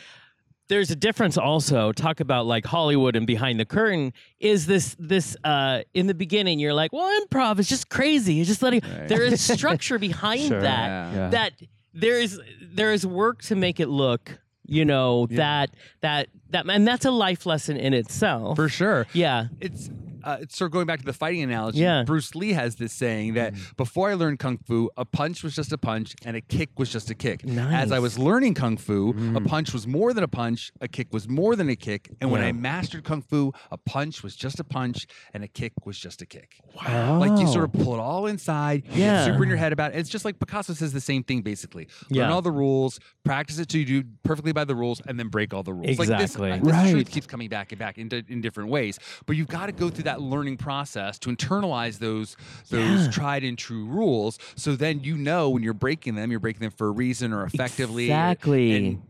Speaker 5: there's a difference also talk about like hollywood and behind the curtain is this this uh in the beginning you're like well improv is just crazy it's just letting there is structure behind
Speaker 4: Sure.
Speaker 5: that
Speaker 6: Yeah.
Speaker 4: Yeah.
Speaker 5: that there is there is work to make it look you know that that that and that's a life lesson in itself
Speaker 6: For sure.
Speaker 5: yeah
Speaker 6: it's uh, it's sort of going back to the fighting analogy.
Speaker 5: Yeah.
Speaker 6: Bruce Lee has this saying that before I learned kung fu, a punch was just a punch and a kick was just a kick. As I was learning kung fu, a punch was more than a punch, a kick was more than a kick, and when I mastered kung fu, a punch was just a punch and a kick was just a kick. Wow! Like you sort of pull it all inside. You
Speaker 5: Yeah.
Speaker 6: get super in your head about it. It's just like Picasso says the same thing basically. Learn
Speaker 5: Yeah.
Speaker 6: all the rules, practice it till you do perfectly by the rules, and then break all the rules.
Speaker 5: Exactly.
Speaker 6: Like this, this truth
Speaker 4: Right.
Speaker 6: keeps coming back and back in, di- in different ways. But you've got to go through that learning process to internalize those those tried and true rules. So then you know when you're breaking them, you're breaking them for a reason or effectively.
Speaker 5: Exactly.
Speaker 6: And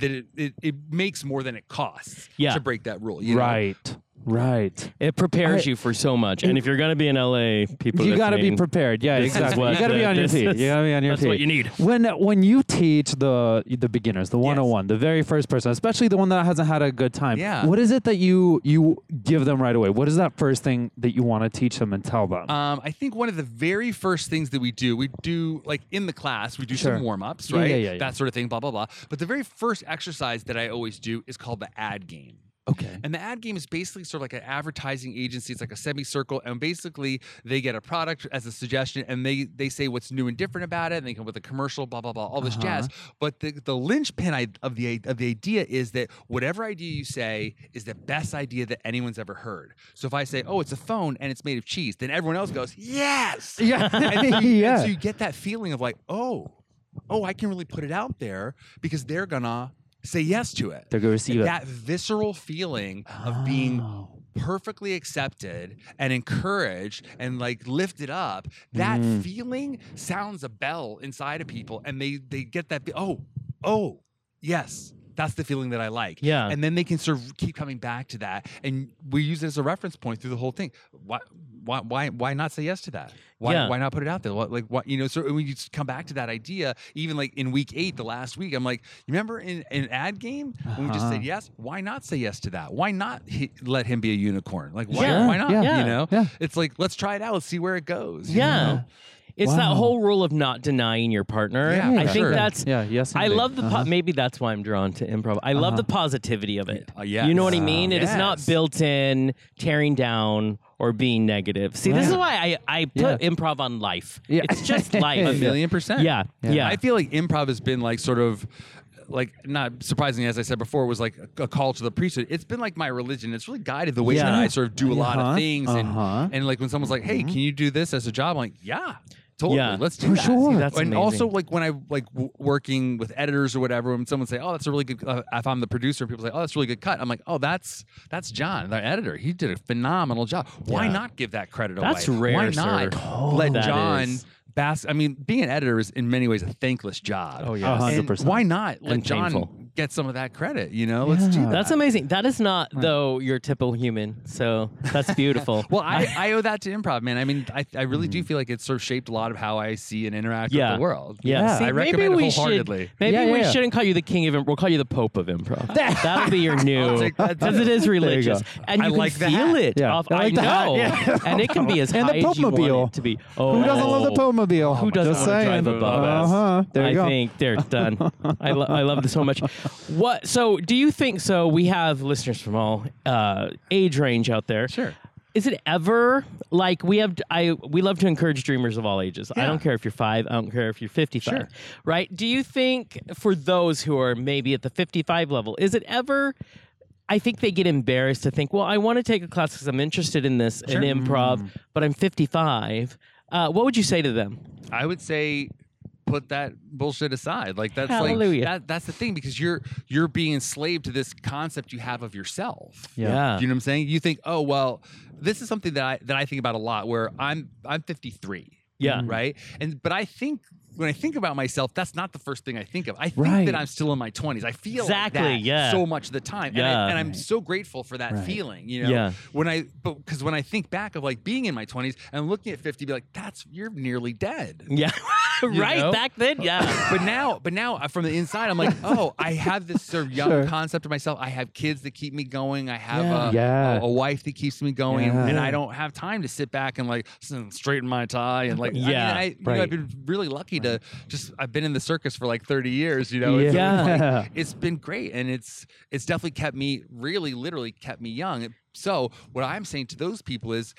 Speaker 6: that it, it, it makes more than it costs
Speaker 5: Yeah.
Speaker 6: to break that rule. you know?
Speaker 4: Right. Right.
Speaker 5: it prepares
Speaker 4: I-
Speaker 5: you for so much and if you're gonna be in la people
Speaker 4: you got to be
Speaker 5: listening,
Speaker 4: prepared. Yeah,
Speaker 5: this is
Speaker 4: exactly.
Speaker 5: what
Speaker 4: You got to be
Speaker 5: the-
Speaker 4: on your
Speaker 5: this
Speaker 4: feet.
Speaker 5: is-
Speaker 4: You got to be on your
Speaker 5: that's
Speaker 4: feet.
Speaker 5: what you need
Speaker 4: When when you teach the the beginners, the 101, the very first person, especially the one that hasn't had a good time,
Speaker 6: Yeah.
Speaker 4: what is it that you you give them right away? What is that first thing that you want to teach them and tell them?
Speaker 5: Uh,
Speaker 6: Um, I think one of the very first things that we do, we do like in the class, we do
Speaker 4: Sure.
Speaker 6: some warm ups,
Speaker 4: Yeah,
Speaker 6: right?
Speaker 4: yeah, yeah, yeah.
Speaker 6: That sort of thing, blah, blah, blah. But the very first exercise that I always do is called the ad game.
Speaker 4: okay.
Speaker 6: And the ad game is basically sort of like an advertising agency. It's like a semicircle, and basically they get a product as a suggestion, and they they say what's new and different about it, and they come with a commercial, blah blah blah, all this jazz.
Speaker 4: Uh-huh.
Speaker 6: But the the linchpin I, of the of the idea is that whatever idea you say is the best idea that anyone's ever heard. So if I say, oh, it's a phone and it's made of cheese, then everyone else goes, yes,
Speaker 4: Yeah.
Speaker 6: and, then you, and
Speaker 4: yeah.
Speaker 6: so you get that feeling of like, oh, oh, I can really put it out there because they're gonna say yes to it.
Speaker 4: They're gonna receive it.
Speaker 6: That visceral feeling of being perfectly accepted and encouraged and like lifted up. That feeling sounds a bell inside of people, and they they get that. be- Oh, oh, yes. That's the feeling that I like.
Speaker 5: Yeah.
Speaker 6: And then they can sort of keep coming back to that. And we use it as a reference point through the whole thing. Why why why why not say yes to that? Why
Speaker 5: Yeah.
Speaker 6: why not put it out there? What like what you know, so when you just come back to that idea, even like in week eight, the last week, I'm like, you remember in an ad game when we just
Speaker 4: Uh-huh.
Speaker 6: said yes? Why not say yes to that? Why not hi let him be a unicorn? Like why,
Speaker 5: Yeah.
Speaker 6: why not?
Speaker 4: Yeah.
Speaker 5: Yeah.
Speaker 6: You know?
Speaker 4: Yeah.
Speaker 6: It's like let's try it out, let's see where it goes. you
Speaker 5: yeah
Speaker 6: know?
Speaker 5: it's
Speaker 4: Wow.
Speaker 5: that whole rule of not denying your partner
Speaker 6: Yeah,
Speaker 5: i
Speaker 6: for
Speaker 5: think
Speaker 6: sure.
Speaker 5: that's
Speaker 4: yeah. Yes.
Speaker 5: I
Speaker 4: indeed.
Speaker 5: love the po-
Speaker 4: Uh-huh.
Speaker 5: maybe that's why I'm drawn to improv. I love the positivity of it.
Speaker 6: Uh-huh. Uh, yes.
Speaker 5: You know what I mean? It is not
Speaker 6: Yes.
Speaker 5: built in tearing down or being negative. See, this is why I, I put improv on life.
Speaker 4: Yeah.
Speaker 5: It's just
Speaker 6: A
Speaker 5: life.
Speaker 6: million percent.
Speaker 5: Yeah. Yeah.
Speaker 6: I feel like improv has been like sort of like not surprisingly, as I said before, was like a, a call to the priesthood. It's been like my religion. It's really guided the way that
Speaker 5: Yeah.
Speaker 6: I sort of do a lot
Speaker 4: Uh-huh.
Speaker 6: of things. And
Speaker 4: Uh-huh.
Speaker 6: and like when someone's like, "Hey, can you do this as a job?" I'm like, "Yeah, totally.
Speaker 5: Yeah.
Speaker 6: Let's do
Speaker 4: For
Speaker 6: that."
Speaker 4: sure. See,
Speaker 5: that's
Speaker 6: and
Speaker 5: amazing.
Speaker 6: also like when I like w- working with editors or whatever, when someone say, "Oh, that's a really good," uh, if I'm the producer, people say, "Oh, that's a really good cut," I'm like, "Oh, that's that's John, the editor. He did a phenomenal job. Why
Speaker 5: Yeah.
Speaker 6: not give that credit
Speaker 5: That's
Speaker 6: away?
Speaker 5: rare,
Speaker 6: Why not
Speaker 5: sir.
Speaker 6: let
Speaker 5: That
Speaker 6: John?"
Speaker 5: is.
Speaker 6: Bass, I mean, being an editor is in many ways a thankless job.
Speaker 5: Oh,
Speaker 4: A
Speaker 5: yes.
Speaker 4: hundred
Speaker 6: And
Speaker 4: percent.
Speaker 6: Why not let
Speaker 5: And
Speaker 6: John
Speaker 5: painful.
Speaker 6: get some of that credit. You know, let's do
Speaker 4: Yeah.
Speaker 6: that.
Speaker 5: That's amazing. That is not though your typical human. So that's beautiful.
Speaker 6: Well, I, I owe that to improv, man. I mean, I, I really do feel like it's sort of shaped a lot of how I see and interact
Speaker 5: Mm. Yeah.
Speaker 6: with the world.
Speaker 5: yeah, See,
Speaker 6: I recommend
Speaker 5: maybe
Speaker 6: it
Speaker 5: we
Speaker 6: wholeheartedly.
Speaker 5: should. Maybe
Speaker 4: Yeah, yeah,
Speaker 5: we
Speaker 4: yeah.
Speaker 5: shouldn't call you the king of improv. We'll call you the pope of improv. That'll be your new
Speaker 6: take that
Speaker 5: because it
Speaker 6: too.
Speaker 5: is
Speaker 4: you go.
Speaker 5: religious, and
Speaker 6: I
Speaker 5: you
Speaker 6: like the
Speaker 5: can feel
Speaker 6: hat.
Speaker 5: it.
Speaker 4: Yeah,
Speaker 5: off-
Speaker 4: I like the
Speaker 5: I
Speaker 4: hat,
Speaker 5: know,
Speaker 4: yeah.
Speaker 5: and it can be as
Speaker 4: And the
Speaker 5: high as you want
Speaker 4: Popemobile.
Speaker 5: it to be.
Speaker 4: Who doesn't love the
Speaker 5: Oh.
Speaker 4: Pomobile?
Speaker 5: Who doesn't
Speaker 4: Just
Speaker 5: wanna
Speaker 4: saying.
Speaker 5: drive above us?
Speaker 4: Uh-huh. There you
Speaker 5: I
Speaker 4: go.
Speaker 5: think they're done. I, lo- I love this so much. What? So, do you think? So, we have listeners from all uh, age range out there.
Speaker 6: Sure.
Speaker 5: Is it ever like we have? I we love to encourage dreamers of all ages. I don't care if you're five. I don't care if you're fifty-five.
Speaker 6: Sure.
Speaker 5: Right? Do you think for those who are maybe at the fifty-five level, is it ever? I think they get embarrassed to think, well, I want to take a class because I'm interested in this in
Speaker 4: Mm.
Speaker 5: improv, but I'm 55. Uh, what would you say to them?
Speaker 6: I would say put that bullshit aside. Like that's
Speaker 5: Hallelujah.
Speaker 6: like that, that's the thing because you're you're being enslaved to this concept you have of yourself.
Speaker 5: Yeah.
Speaker 6: Do you know what I'm saying? You think, oh well, this is something that I that I think about a lot. Where I'm I'm 53.
Speaker 5: Yeah.
Speaker 6: Right. And but I think when I think about myself, that's not the first thing I think of. I think
Speaker 4: Right.
Speaker 6: that I'm still in my 20s. I feel
Speaker 5: Exactly,
Speaker 6: Like that
Speaker 5: yeah.
Speaker 6: So much of the time. And,
Speaker 5: Yeah.
Speaker 6: I, and I'm so grateful for that
Speaker 4: Right.
Speaker 6: feeling. You know.
Speaker 5: Yeah.
Speaker 6: When I but because when I think back of like being in my 20s and looking at 50, be like, that's you're nearly dead.
Speaker 5: Yeah. right
Speaker 6: know?
Speaker 5: back then, yeah.
Speaker 6: but now, but now uh, from the inside, I'm like, oh, I have this sort of young
Speaker 4: Sure.
Speaker 6: concept of myself. I have kids that keep me going. I have
Speaker 5: Yeah.
Speaker 6: A,
Speaker 4: Yeah.
Speaker 6: a- a wife that keeps me going,
Speaker 4: Yeah.
Speaker 6: and I don't have time to sit back and like s- straighten my tie and like.
Speaker 5: Yeah.
Speaker 6: I mean, I, you know,
Speaker 4: Right.
Speaker 6: I've been really lucky to just. I've been in the circus for like 30 years. You know, It's-
Speaker 5: Yeah.
Speaker 4: Yeah.
Speaker 6: it's been great, and it's it's definitely kept me really, literally kept me young. So what I'm saying to those people is.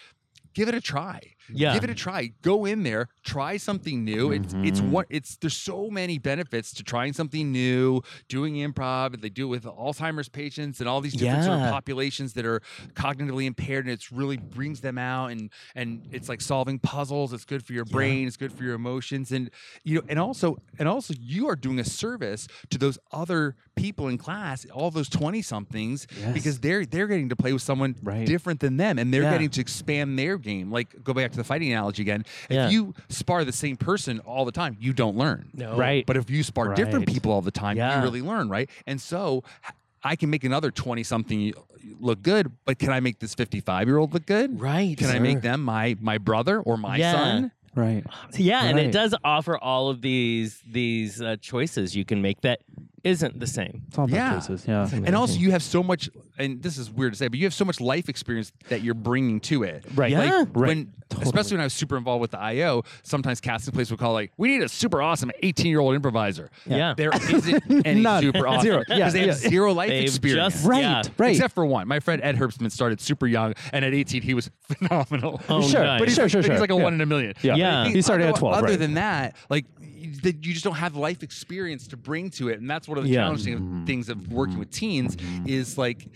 Speaker 6: Give it a try.
Speaker 5: Yeah.
Speaker 6: Give it a try. Go in there, try something new. It's it's
Speaker 5: Mm-hmm.
Speaker 6: what it's there's so many benefits to trying something new, doing improv. They do it with Alzheimer's patients and all these different sort
Speaker 5: Yeah.
Speaker 6: of populations that are cognitively impaired, and it's really brings them out and and it's like solving puzzles. It's good for your brain, it's good for your emotions. And you know, and also and also you are doing a service to those other people in class, all those 20 somethings, because they're they're getting to play with someone
Speaker 4: Right.
Speaker 6: different than them and they're
Speaker 5: Yeah.
Speaker 6: getting to expand their game. Like go back to the fighting analogy again. If
Speaker 5: Yeah.
Speaker 6: you spar the same person all the time, you don't learn.
Speaker 5: No.
Speaker 4: Right.
Speaker 6: But if you spar different
Speaker 4: Right.
Speaker 6: people all the time,
Speaker 5: Yeah.
Speaker 6: you really learn, right? And so h- I can make another 20 something look good, but can I make this 55 year old look good?
Speaker 5: Right.
Speaker 6: Can I make them my my brother or my
Speaker 5: Yeah.
Speaker 6: son?
Speaker 4: Right.
Speaker 5: Yeah, and it
Speaker 4: Right.
Speaker 5: does offer all of these these uh, choices you can make that isn't the same.
Speaker 4: It's all about
Speaker 6: Yeah.
Speaker 4: choices. Yeah.
Speaker 6: And also you have so much and this is weird to say, but you have so much life experience that you're bringing to it.
Speaker 4: Right.
Speaker 5: Yeah.
Speaker 6: Like
Speaker 4: Right.
Speaker 6: when, especially when I was super involved with the IO, sometimes casting place would call like, "We need a super awesome 18 year old improviser."
Speaker 5: Yeah.
Speaker 6: there isn't any
Speaker 4: None.
Speaker 6: super awesome
Speaker 4: Zero. Yeah,
Speaker 6: because they have
Speaker 4: yeah.
Speaker 6: zero life
Speaker 5: They've
Speaker 6: experience.
Speaker 5: just-
Speaker 4: Right.
Speaker 5: Yeah.
Speaker 4: Right.
Speaker 6: Except for one, my friend Ed Herbstman started super young, and at 18 he was phenomenal.
Speaker 5: Oh,
Speaker 4: sure.
Speaker 5: nice.
Speaker 4: But he's, sure. Sure.
Speaker 6: But
Speaker 4: Sure.
Speaker 6: he's like a
Speaker 4: yeah.
Speaker 6: one in a million.
Speaker 4: Yeah.
Speaker 5: Yeah.
Speaker 6: But I think
Speaker 4: He started at
Speaker 6: other-
Speaker 4: 12.
Speaker 6: Other
Speaker 4: Right.
Speaker 6: than that, like you that you just don't have life experience to bring to it, and that's one of the
Speaker 5: Yeah.
Speaker 6: challenging things of working with teens is like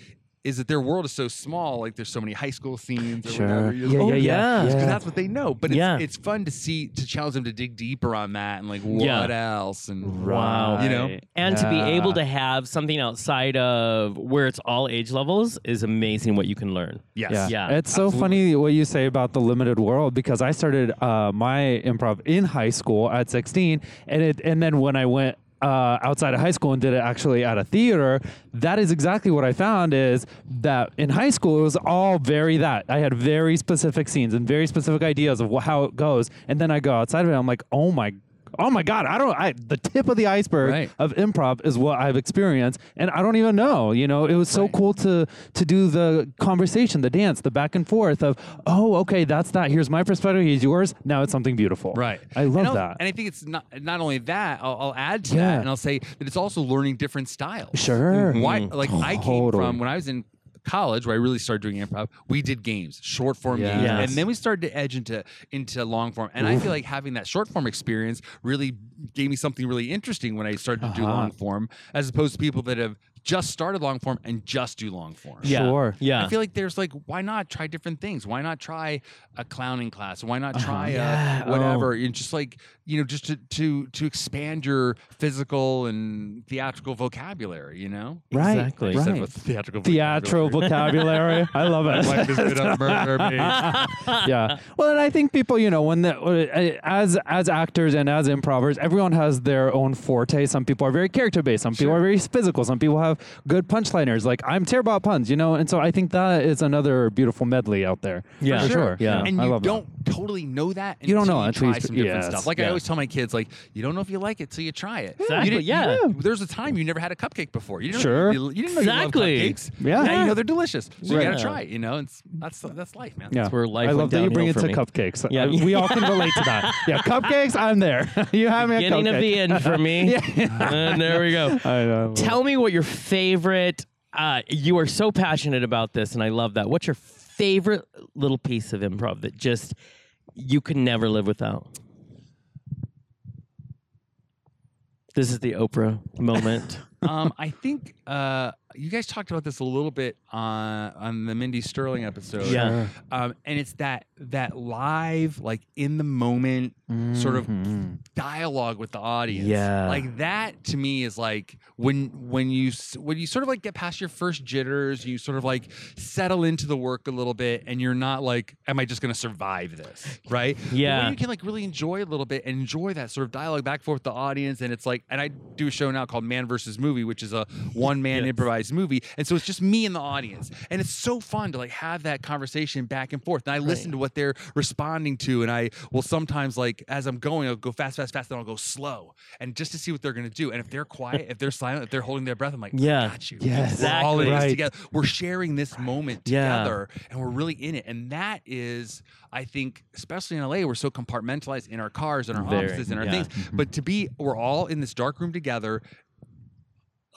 Speaker 6: is that their world is so small. Like there's so many high school scenes or
Speaker 4: Sure.
Speaker 6: whatever. You're like,
Speaker 5: Oh,
Speaker 4: Yeah. Yeah. Yeah.
Speaker 5: yeah.
Speaker 6: because
Speaker 4: yeah.
Speaker 6: that's what they know. But it's,
Speaker 5: Yeah.
Speaker 6: it's fun to see to challenge them to dig deeper on that and like what
Speaker 5: Yeah.
Speaker 6: else and
Speaker 4: Wow.
Speaker 6: you know
Speaker 5: And to be able
Speaker 4: Yeah.
Speaker 5: to have something outside of where it's all age levels is amazing what you can learn.
Speaker 6: yes
Speaker 4: Yeah.
Speaker 5: Yeah,
Speaker 4: It's so funny what you say about the limited world because I started uh, my improv in high school at 16 and it and then when I went uh, outside of high school and did it actually at a theater. That is exactly what I found is that in high school it was all very that I had very specific scenes and very specific ideas of wh- how it goes, and then I go outside of it. I'm like, oh my, oh my god, I don't. I the tip of the iceberg
Speaker 6: Right.
Speaker 4: of improv is what I've experienced, and I don't even know. You know, it was so cool to to do the conversation, the dance, the back and forth of, oh, okay, that's that. Here's my perspective. Here's yours. Now it's something beautiful.
Speaker 6: Right.
Speaker 4: I love
Speaker 6: and I'll-
Speaker 4: that.
Speaker 6: And I think it's not not only that, I'll, I'll add to
Speaker 4: Yeah.
Speaker 6: that and I'll say that it's also learning different styles.
Speaker 4: Sure.
Speaker 6: And Why like I came
Speaker 4: Totally.
Speaker 6: from when I was in college where I really started doing improv, we did games, short form games.
Speaker 5: Yes.
Speaker 6: And then we started to edge into into long form. And I feel like having that short form
Speaker 4: Uh-huh.
Speaker 6: experience really gave me something really interesting when I started to do long form, as opposed to people that have just started long form and just do long form.
Speaker 5: Yeah.
Speaker 4: Sure.
Speaker 5: Yeah.
Speaker 6: I feel like there's like, why not try different things? Why not try a clowning class? Why not try
Speaker 4: Uh-huh. Yeah. Oh.
Speaker 6: a whatever? And just like you know, just to to to expand your physical and theatrical vocabulary. You know,
Speaker 4: Right.
Speaker 5: Exactly.
Speaker 6: I said
Speaker 4: Right.
Speaker 6: with theatrical
Speaker 4: Theatro
Speaker 6: vocabulary.
Speaker 4: vocabulary. I love it.
Speaker 6: My wife is gonna murder me.
Speaker 4: yeah. Well, and I think people, you know, when the uh, as as actors and as improvers, everyone has their own forte. Some people are very character based. Some people are very physical. Some people have good punchliners. Like I'm terrible at puns, you know. And so I think that is another beautiful medley out there.
Speaker 5: Yeah.
Speaker 4: For sure.
Speaker 5: Yeah.
Speaker 6: and
Speaker 4: I
Speaker 6: you
Speaker 4: love that.
Speaker 6: don't totally know that.
Speaker 4: You don't know until
Speaker 6: until you
Speaker 4: you
Speaker 6: try
Speaker 4: sp-
Speaker 6: some different
Speaker 4: yes,
Speaker 6: stuff. Like I
Speaker 4: yeah.
Speaker 6: always tell my kids, like you don't know if you like it till you try it.
Speaker 5: Exactly,
Speaker 6: You didn't-
Speaker 5: yeah.
Speaker 6: you- There's a time you never had a cupcake before. You didn't,
Speaker 4: Sure.
Speaker 6: You, you didn't know
Speaker 5: Exactly.
Speaker 6: you love cupcakes.
Speaker 4: Yeah.
Speaker 6: Now you know they're delicious. So you
Speaker 5: Right.
Speaker 6: gotta try. It, you know, it's that's that's life, man.
Speaker 4: Yeah.
Speaker 5: where life
Speaker 4: I
Speaker 5: went
Speaker 4: love that you bring it to
Speaker 5: downhill for
Speaker 4: cupcakes.
Speaker 5: Yeah.
Speaker 4: Yeah. we all can relate to that. Yeah, cupcakes, I'm there. you have me at
Speaker 5: Beginning of
Speaker 4: cupcake.
Speaker 5: the end for me. And there we go.
Speaker 4: I know.
Speaker 5: Tell me what your favorite. Uh, you are so passionate about this, and I love that. What's your favorite little piece of improv that just you can never live without? This is the Oprah moment.
Speaker 6: um, I think uh, you guys talked about this a little bit on on the Mindy Sterling episode.
Speaker 5: Yeah.
Speaker 6: Um, and it's that that live, like in the moment, sort of dialogue with the audience.
Speaker 5: Mm-hmm. Yeah.
Speaker 6: Like that to me is like when when you s- when you sort of like get past your first jitters, you sort of like settle into the work a little bit, and you're not like, am I just going to survive this? Right. But when
Speaker 5: Yeah.
Speaker 6: you can like really enjoy a little bit and enjoy that sort of dialogue back and forth with the audience. And it's like, and I do a show now called Man versus Movie, which is a one man improvised movie. And so it's just me and the audience. And it's so fun to like have that conversation back and forth. And I listen to what they're responding to. And I will sometimes like, as I'm going, I'll go fast, fast, fast, then I'll go slow. And just to see what they're going to do. And if they're quiet, if they're silent, if they're holding their breath, I'm like,
Speaker 5: Yeah.
Speaker 6: I got you.
Speaker 4: Yes.
Speaker 6: We're all
Speaker 5: Exactly.
Speaker 6: in this
Speaker 4: Right.
Speaker 6: together. We're sharing this moment
Speaker 5: Yeah.
Speaker 6: together and we're really in it. And that is, I think, especially in LA, we're so compartmentalized in our cars and our
Speaker 5: Very,
Speaker 6: offices and our
Speaker 5: yeah. Mm-hmm.
Speaker 6: things. But to be, we're all in this dark room together,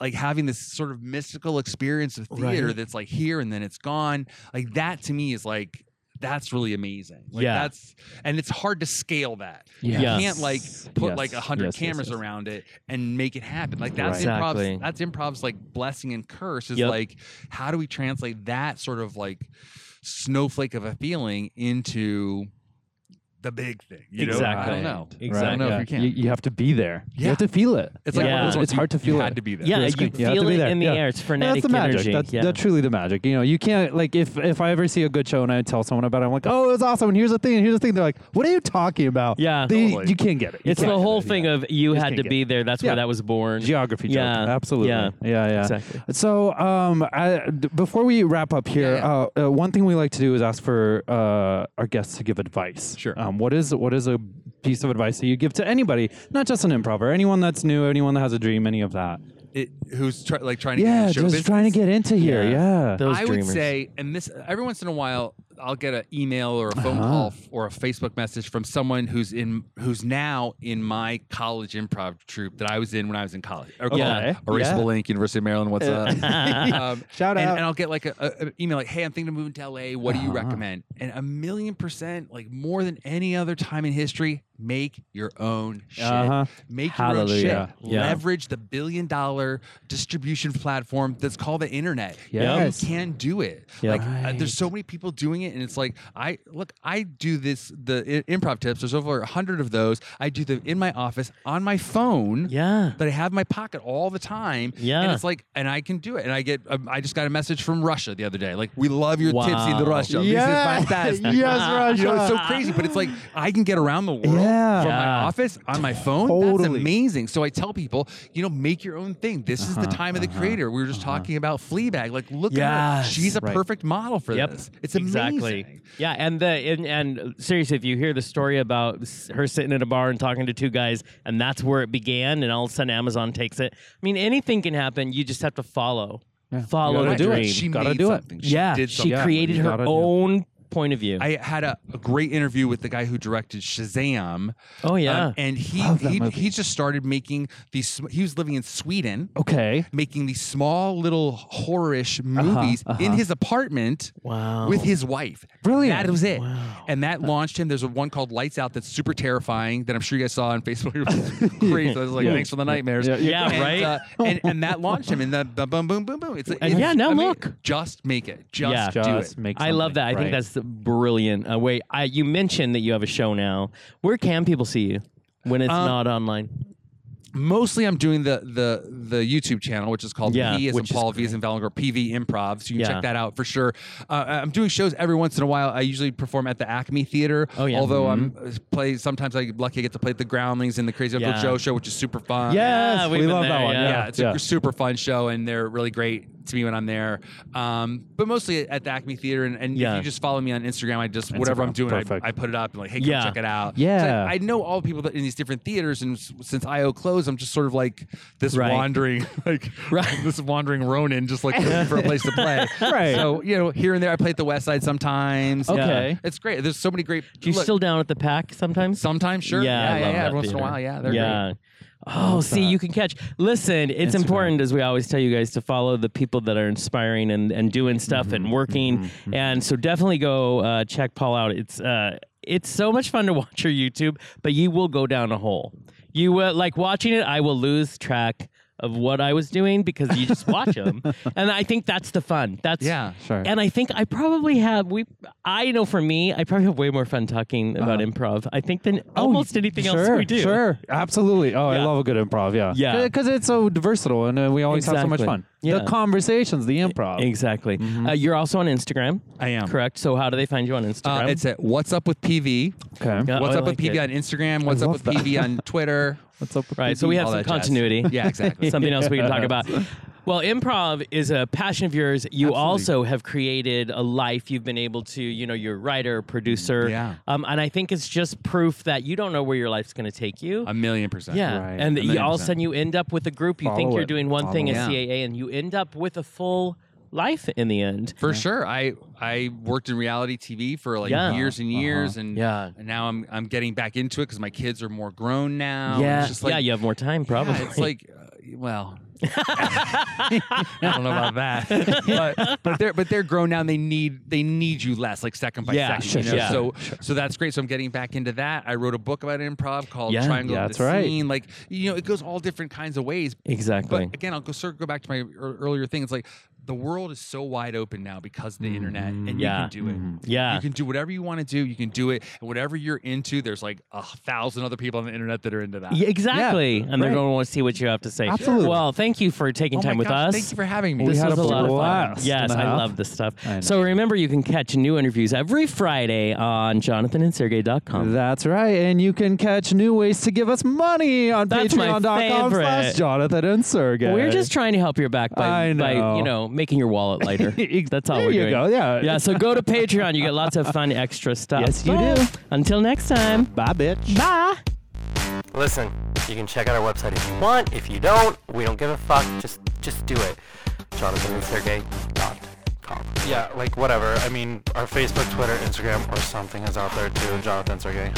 Speaker 6: like having this sort of mystical experience of theater that's like here and then it's gone. Like that to me is like, that's really amazing. Like
Speaker 5: Yeah.
Speaker 6: That's and it's hard to scale that. You
Speaker 5: Yes.
Speaker 6: can't like put
Speaker 4: Yes.
Speaker 6: like a hundred
Speaker 4: Yes, yes,
Speaker 6: cameras
Speaker 4: yes.
Speaker 6: around it and make it happen. Like that's
Speaker 5: Right.
Speaker 6: improv's
Speaker 5: Exactly.
Speaker 6: that's improv's like blessing and curse is
Speaker 5: Yep.
Speaker 6: like how do we translate that sort of like snowflake of a feeling into the big thing? You Know? I
Speaker 5: Exactly.
Speaker 6: don't know.
Speaker 5: Exactly.
Speaker 6: I don't know
Speaker 4: yeah.
Speaker 6: if you can.
Speaker 4: You, you have to be there. You
Speaker 6: Yeah.
Speaker 4: have to feel it.
Speaker 6: it's like one of
Speaker 5: Yeah.
Speaker 6: those ones
Speaker 4: It's
Speaker 6: you-
Speaker 4: hard to feel
Speaker 6: You
Speaker 4: it.
Speaker 6: had to be there.
Speaker 5: yeah,
Speaker 4: Yes,
Speaker 5: you
Speaker 4: you have to
Speaker 5: feel
Speaker 4: be
Speaker 5: it
Speaker 4: there.
Speaker 5: in the
Speaker 4: Yeah.
Speaker 5: air. It's
Speaker 4: And
Speaker 5: frenetic
Speaker 4: that's the magic.
Speaker 5: energy.
Speaker 4: That's,
Speaker 5: yeah.
Speaker 4: that's truly the magic. You know, you can't like if if I ever see a good show and I tell someone about it, I'm like, oh, it was awesome. And here's the thing. And here's the thing. They're like, what are you talking about?
Speaker 5: Yeah.
Speaker 4: They-
Speaker 6: Totally.
Speaker 4: you can't get it. You
Speaker 5: it's the
Speaker 4: can't get
Speaker 5: whole
Speaker 4: it.
Speaker 5: thing
Speaker 4: Yeah.
Speaker 5: of you
Speaker 4: Just
Speaker 5: had
Speaker 4: can't
Speaker 5: to
Speaker 4: get
Speaker 5: be
Speaker 4: it.
Speaker 5: there. That's
Speaker 4: Yeah.
Speaker 5: where that was born.
Speaker 4: geography joke.
Speaker 5: Yeah.
Speaker 4: absolutely.
Speaker 5: Yeah.
Speaker 4: Yeah, yeah,
Speaker 5: Exactly.
Speaker 4: So, um, I, d- before we wrap up here,
Speaker 6: Yeah,
Speaker 4: Uh, uh, one thing we like to do is ask for uh, our guests to give advice.
Speaker 6: Sure.
Speaker 4: Um, what is what is a piece of advice that you give to anybody, not just an improver, anyone that's new, anyone that has a dream, any of that?
Speaker 6: It, who's try, like trying to get
Speaker 4: Yeah,
Speaker 6: into
Speaker 4: just
Speaker 6: show business.
Speaker 4: trying to get into here.
Speaker 5: Yeah.
Speaker 4: Yeah.
Speaker 5: Those
Speaker 6: I
Speaker 5: dreamers.
Speaker 6: would say, and this every once in a while, I'll get an email or a
Speaker 4: Uh-huh.
Speaker 6: phone call f- or a Facebook message from someone who's in who's now in my college improv troupe that I was in when I was in college. Or called
Speaker 4: Yeah.
Speaker 6: Erasable
Speaker 4: Yeah.
Speaker 6: Link, University of Maryland. What's up? um,
Speaker 4: Shout out.
Speaker 6: and,
Speaker 4: Uh-huh.
Speaker 6: and I'll get like an email like, "Hey, I'm thinking of moving to LA. What do you recommend?" And a million percent, like more than any other time in history, make your own shit.
Speaker 4: Uh-huh.
Speaker 6: Make your own
Speaker 4: Hallelujah.
Speaker 6: shit.
Speaker 5: Yeah.
Speaker 6: Leverage the billion dollar distribution platform that's called the internet.
Speaker 4: Yes.
Speaker 6: You can do it.
Speaker 4: Yeah.
Speaker 6: Like uh, there's so many people doing it, and it's like I look. I do this the i- improv tips. There's over a hundred of those. I do them in my office on my phone.
Speaker 5: Yeah.
Speaker 6: That I have in my pocket all the time. And
Speaker 5: Yeah.
Speaker 6: it's like, and I can do it. And I get, um, I just got a message from Russia the other day. Like, we love your tips in
Speaker 5: Wow.
Speaker 6: Russia. This is fantastic.
Speaker 4: yes, Russia.
Speaker 6: You know, it's so crazy, but it's like I can get around the world
Speaker 4: Yeah.
Speaker 6: from my
Speaker 5: Yeah.
Speaker 6: office on my phone. That's
Speaker 4: Totally.
Speaker 6: amazing. So I tell people, you know, make your own thing. This is the time of the creator. We were just talking about Fleabag. Like, look at her.
Speaker 5: Yes.
Speaker 6: She's a
Speaker 4: Right.
Speaker 6: perfect model for
Speaker 5: Yep.
Speaker 6: this. It's amazing.
Speaker 5: Exactly. Yeah, and the and, and seriously, if you hear the story about s- her sitting at a bar and talking to two guys, and that's where it began, and all of a sudden Amazon takes it. I mean, anything can happen. You just have to follow, follow
Speaker 4: Gotta
Speaker 5: the
Speaker 4: do it.
Speaker 5: dream.
Speaker 6: She
Speaker 4: Gotta
Speaker 6: made
Speaker 4: do it.
Speaker 6: something. She
Speaker 5: yeah,
Speaker 6: did
Speaker 5: she
Speaker 6: something.
Speaker 5: created her
Speaker 4: gotta do it.
Speaker 5: own point of view.
Speaker 6: I had a, a great interview with the guy who directed Shazam.
Speaker 5: oh yeah.
Speaker 6: Um, and he
Speaker 4: Love that
Speaker 6: he,
Speaker 4: movie.
Speaker 6: he just started making these. sm- He was living in Sweden,
Speaker 4: Okay.
Speaker 6: making these small little horrorish
Speaker 5: Uh-huh,
Speaker 6: movies in his apartment
Speaker 5: wow.
Speaker 6: with his wife.
Speaker 4: Brilliant.
Speaker 6: That was it. And
Speaker 5: Uh-huh.
Speaker 6: that launched him. There's a one called Lights Out that's super terrifying that I'm sure you guys saw on Facebook. It was crazy. I was like, thanks for the nightmares.
Speaker 4: Yeah,
Speaker 5: yeah,
Speaker 6: And,
Speaker 5: right.
Speaker 6: uh, and, and that launched him. And the, the boom, boom, boom, boom. It's,
Speaker 5: And
Speaker 6: it's-
Speaker 5: yeah, now
Speaker 6: I mean,
Speaker 5: look.
Speaker 6: Just make it. Just
Speaker 5: Yeah.
Speaker 6: do
Speaker 4: Just
Speaker 6: it.
Speaker 4: make
Speaker 5: I love
Speaker 4: something,
Speaker 5: that. I
Speaker 4: right.
Speaker 5: think that's brilliant. Uh, wait, I, you mentioned that you have a show now. Where can people see you when it's
Speaker 6: Um,
Speaker 5: not online?
Speaker 6: Mostly, I'm doing the the the YouTube channel, which is called
Speaker 5: Yeah,
Speaker 6: P as in
Speaker 5: which is
Speaker 6: Paul, V as in Valengor, PV Improv. So you can
Speaker 5: Yeah.
Speaker 6: check that out for sure. Uh, I'm doing shows every once in a while. I usually perform at the Acme Theater.
Speaker 5: Oh, yeah.
Speaker 6: Although I'm play sometimes I lucky I get to play at the Groundlings and the Crazy Uncle
Speaker 5: Yeah.
Speaker 6: Joe show, which is super fun.
Speaker 5: Yeah,
Speaker 4: Yes,
Speaker 5: we've
Speaker 4: we
Speaker 5: been
Speaker 4: love
Speaker 5: there,
Speaker 4: that one.
Speaker 5: yeah.
Speaker 4: Yeah,
Speaker 6: yeah, it's a super fun show, and they're really great to me when I'm there. Um, but mostly at the Acme Theater, and, and
Speaker 5: Yeah.
Speaker 6: if you just follow me on Instagram, I just whatever I'm doing, I,
Speaker 4: perfect.
Speaker 6: I put it up and like, hey, come
Speaker 5: Yeah.
Speaker 6: check it out.
Speaker 4: Yeah.
Speaker 6: So I, I know all people that in these different theaters, and s- since IO closed, I'm just sort of like this
Speaker 5: Right.
Speaker 6: wandering, like this wandering Ronin, just like looking for a place to play.
Speaker 4: Right.
Speaker 6: So you know, here and there, I play at the West Side sometimes.
Speaker 5: Okay.
Speaker 6: Yeah. It's great. There's so many great.
Speaker 5: Do you
Speaker 6: look,
Speaker 5: still down at the pack sometimes?
Speaker 6: Sometimes, sure.
Speaker 5: Yeah, I
Speaker 6: yeah, yeah.
Speaker 5: love
Speaker 6: yeah.
Speaker 5: that
Speaker 6: Every once in a
Speaker 5: theater.
Speaker 6: while, yeah. They're great.
Speaker 5: yeah. Oh, see, you can catch. Listen, it's
Speaker 4: Instagram.
Speaker 5: important as we always tell you guys to follow the people that are inspiring and, and doing stuff and
Speaker 4: Mm-hmm,
Speaker 5: working. And so definitely go uh, check Paul out. It's uh, it's so much fun to watch your YouTube, but you will go down a hole. You will like watching it. I will lose track of what I was doing because you just watch them, and I think that's the fun. That's
Speaker 6: Yeah.
Speaker 4: Sure.
Speaker 5: and I think I probably have we. I know for me, I probably have way more fun talking about improv. I think than almost anything
Speaker 4: Uh-huh. Oh, sure,
Speaker 5: else we do.
Speaker 4: Sure, absolutely. Oh, I
Speaker 5: Yeah.
Speaker 4: love a good improv. Yeah,
Speaker 5: Yeah.
Speaker 4: because it's so versatile, and uh, we always have so much
Speaker 5: Exactly.
Speaker 4: fun.
Speaker 5: Yeah. E-,
Speaker 4: The conversations, the improv.
Speaker 5: Exactly. Uh, you're also on Instagram.
Speaker 6: Oh. Mm-hmm. I am.
Speaker 5: Correct. So how do they find you on Instagram?
Speaker 6: Uh, it's at What's Up with PV.
Speaker 4: Okay.
Speaker 5: Yeah,
Speaker 6: What's
Speaker 5: Uh, I
Speaker 6: up
Speaker 5: like
Speaker 6: with PV
Speaker 5: it.
Speaker 6: on Instagram? What's up
Speaker 4: love
Speaker 6: with
Speaker 4: that.
Speaker 6: PV on Twitter?
Speaker 4: What's up? With
Speaker 5: right. So we have
Speaker 6: all
Speaker 5: some
Speaker 6: that jazz.
Speaker 5: continuity.
Speaker 6: Yeah, exactly.
Speaker 5: Something else we can talk about. Well, improv is a passion of yours. You also have created a life. You've been able to, you know, you're a writer, producer.
Speaker 6: Yeah.
Speaker 5: Um, and I think it's just proof that you don't know where your life's going to take you.
Speaker 6: A million percent.
Speaker 5: Yeah,
Speaker 4: Right.
Speaker 5: and
Speaker 6: A
Speaker 5: you, all of a
Speaker 6: million
Speaker 5: sudden you end up with a group. You think
Speaker 4: Follow
Speaker 5: you're
Speaker 4: it.
Speaker 5: doing one thing
Speaker 6: Follow
Speaker 5: at
Speaker 6: it.
Speaker 5: CAA, and you end up with a full life in the end.
Speaker 6: For sure. I I worked in reality TV for like
Speaker 5: Yeah. Uh-huh.
Speaker 6: years and years, and
Speaker 5: Yeah.
Speaker 6: and now I'm I'm getting back into it because my kids are more grown now. and
Speaker 5: yeah,
Speaker 6: It's just like,
Speaker 5: yeah, you have more time
Speaker 6: yeah,
Speaker 5: probably.
Speaker 6: it's like, uh, well, I don't know about that, but, but they're but they're grown now. and They need they need you less, like second by
Speaker 5: Yeah,
Speaker 6: second.
Speaker 5: sure,
Speaker 6: you know?
Speaker 5: sure,
Speaker 6: So so that's great. So I'm getting back into that. I wrote a book about improv called
Speaker 5: Yeah,
Speaker 6: Triangle
Speaker 4: yeah,
Speaker 6: of
Speaker 4: that's
Speaker 6: the
Speaker 4: right.
Speaker 6: Scene. Like you know, it goes all different kinds of ways.
Speaker 5: exactly.
Speaker 6: But again, I'll go sort of go back to my ear- earlier thing. It's like the world is so wide open now because of the internet, and
Speaker 5: Mm-hmm. Yeah.
Speaker 6: you can do it.
Speaker 5: yeah,
Speaker 6: You can do whatever you want to do. You can do it, and whatever you're into, there's like a thousand other people on the internet that are into that.
Speaker 5: Yeah, exactly. and they're
Speaker 4: right.
Speaker 5: going to want to see what you have to say.
Speaker 4: Absolutely.
Speaker 5: Well, thank you for taking
Speaker 6: Oh my
Speaker 5: time with
Speaker 6: gosh,
Speaker 5: us.
Speaker 6: Thank you for having me.
Speaker 4: We
Speaker 5: this
Speaker 4: had
Speaker 5: was
Speaker 4: a
Speaker 5: a lot of fun.
Speaker 4: blast
Speaker 5: Yes,
Speaker 4: and a
Speaker 5: I
Speaker 4: half.
Speaker 5: love this stuff.
Speaker 4: I know.
Speaker 5: So remember, you can catch new interviews every Friday on jonathanandsergey.com.
Speaker 4: That's right, and you can catch new ways to give us money on
Speaker 5: That's my favorite.
Speaker 4: Patreon.com/slash Jonathan and Sergey.
Speaker 5: We're just trying to help your back by,
Speaker 4: I
Speaker 5: by
Speaker 4: know.
Speaker 5: you know making your wallet lighter. That's all
Speaker 4: There
Speaker 5: we're
Speaker 4: you
Speaker 5: doing.
Speaker 4: go, yeah.
Speaker 5: Yeah. So go to Patreon. You get lots of fun extra stuff.
Speaker 4: Yes, you
Speaker 5: Bye.
Speaker 4: do.
Speaker 5: Until next time.
Speaker 4: bye, bitch.
Speaker 5: Bye.
Speaker 2: Listen, you can check out our website if you want. If you don't, we don't give a fuck. Just just do it. JonathanandSergey.com. Yeah, like whatever. I mean, our Facebook, Twitter, Instagram, or something is out there too. Jonathan Sergey.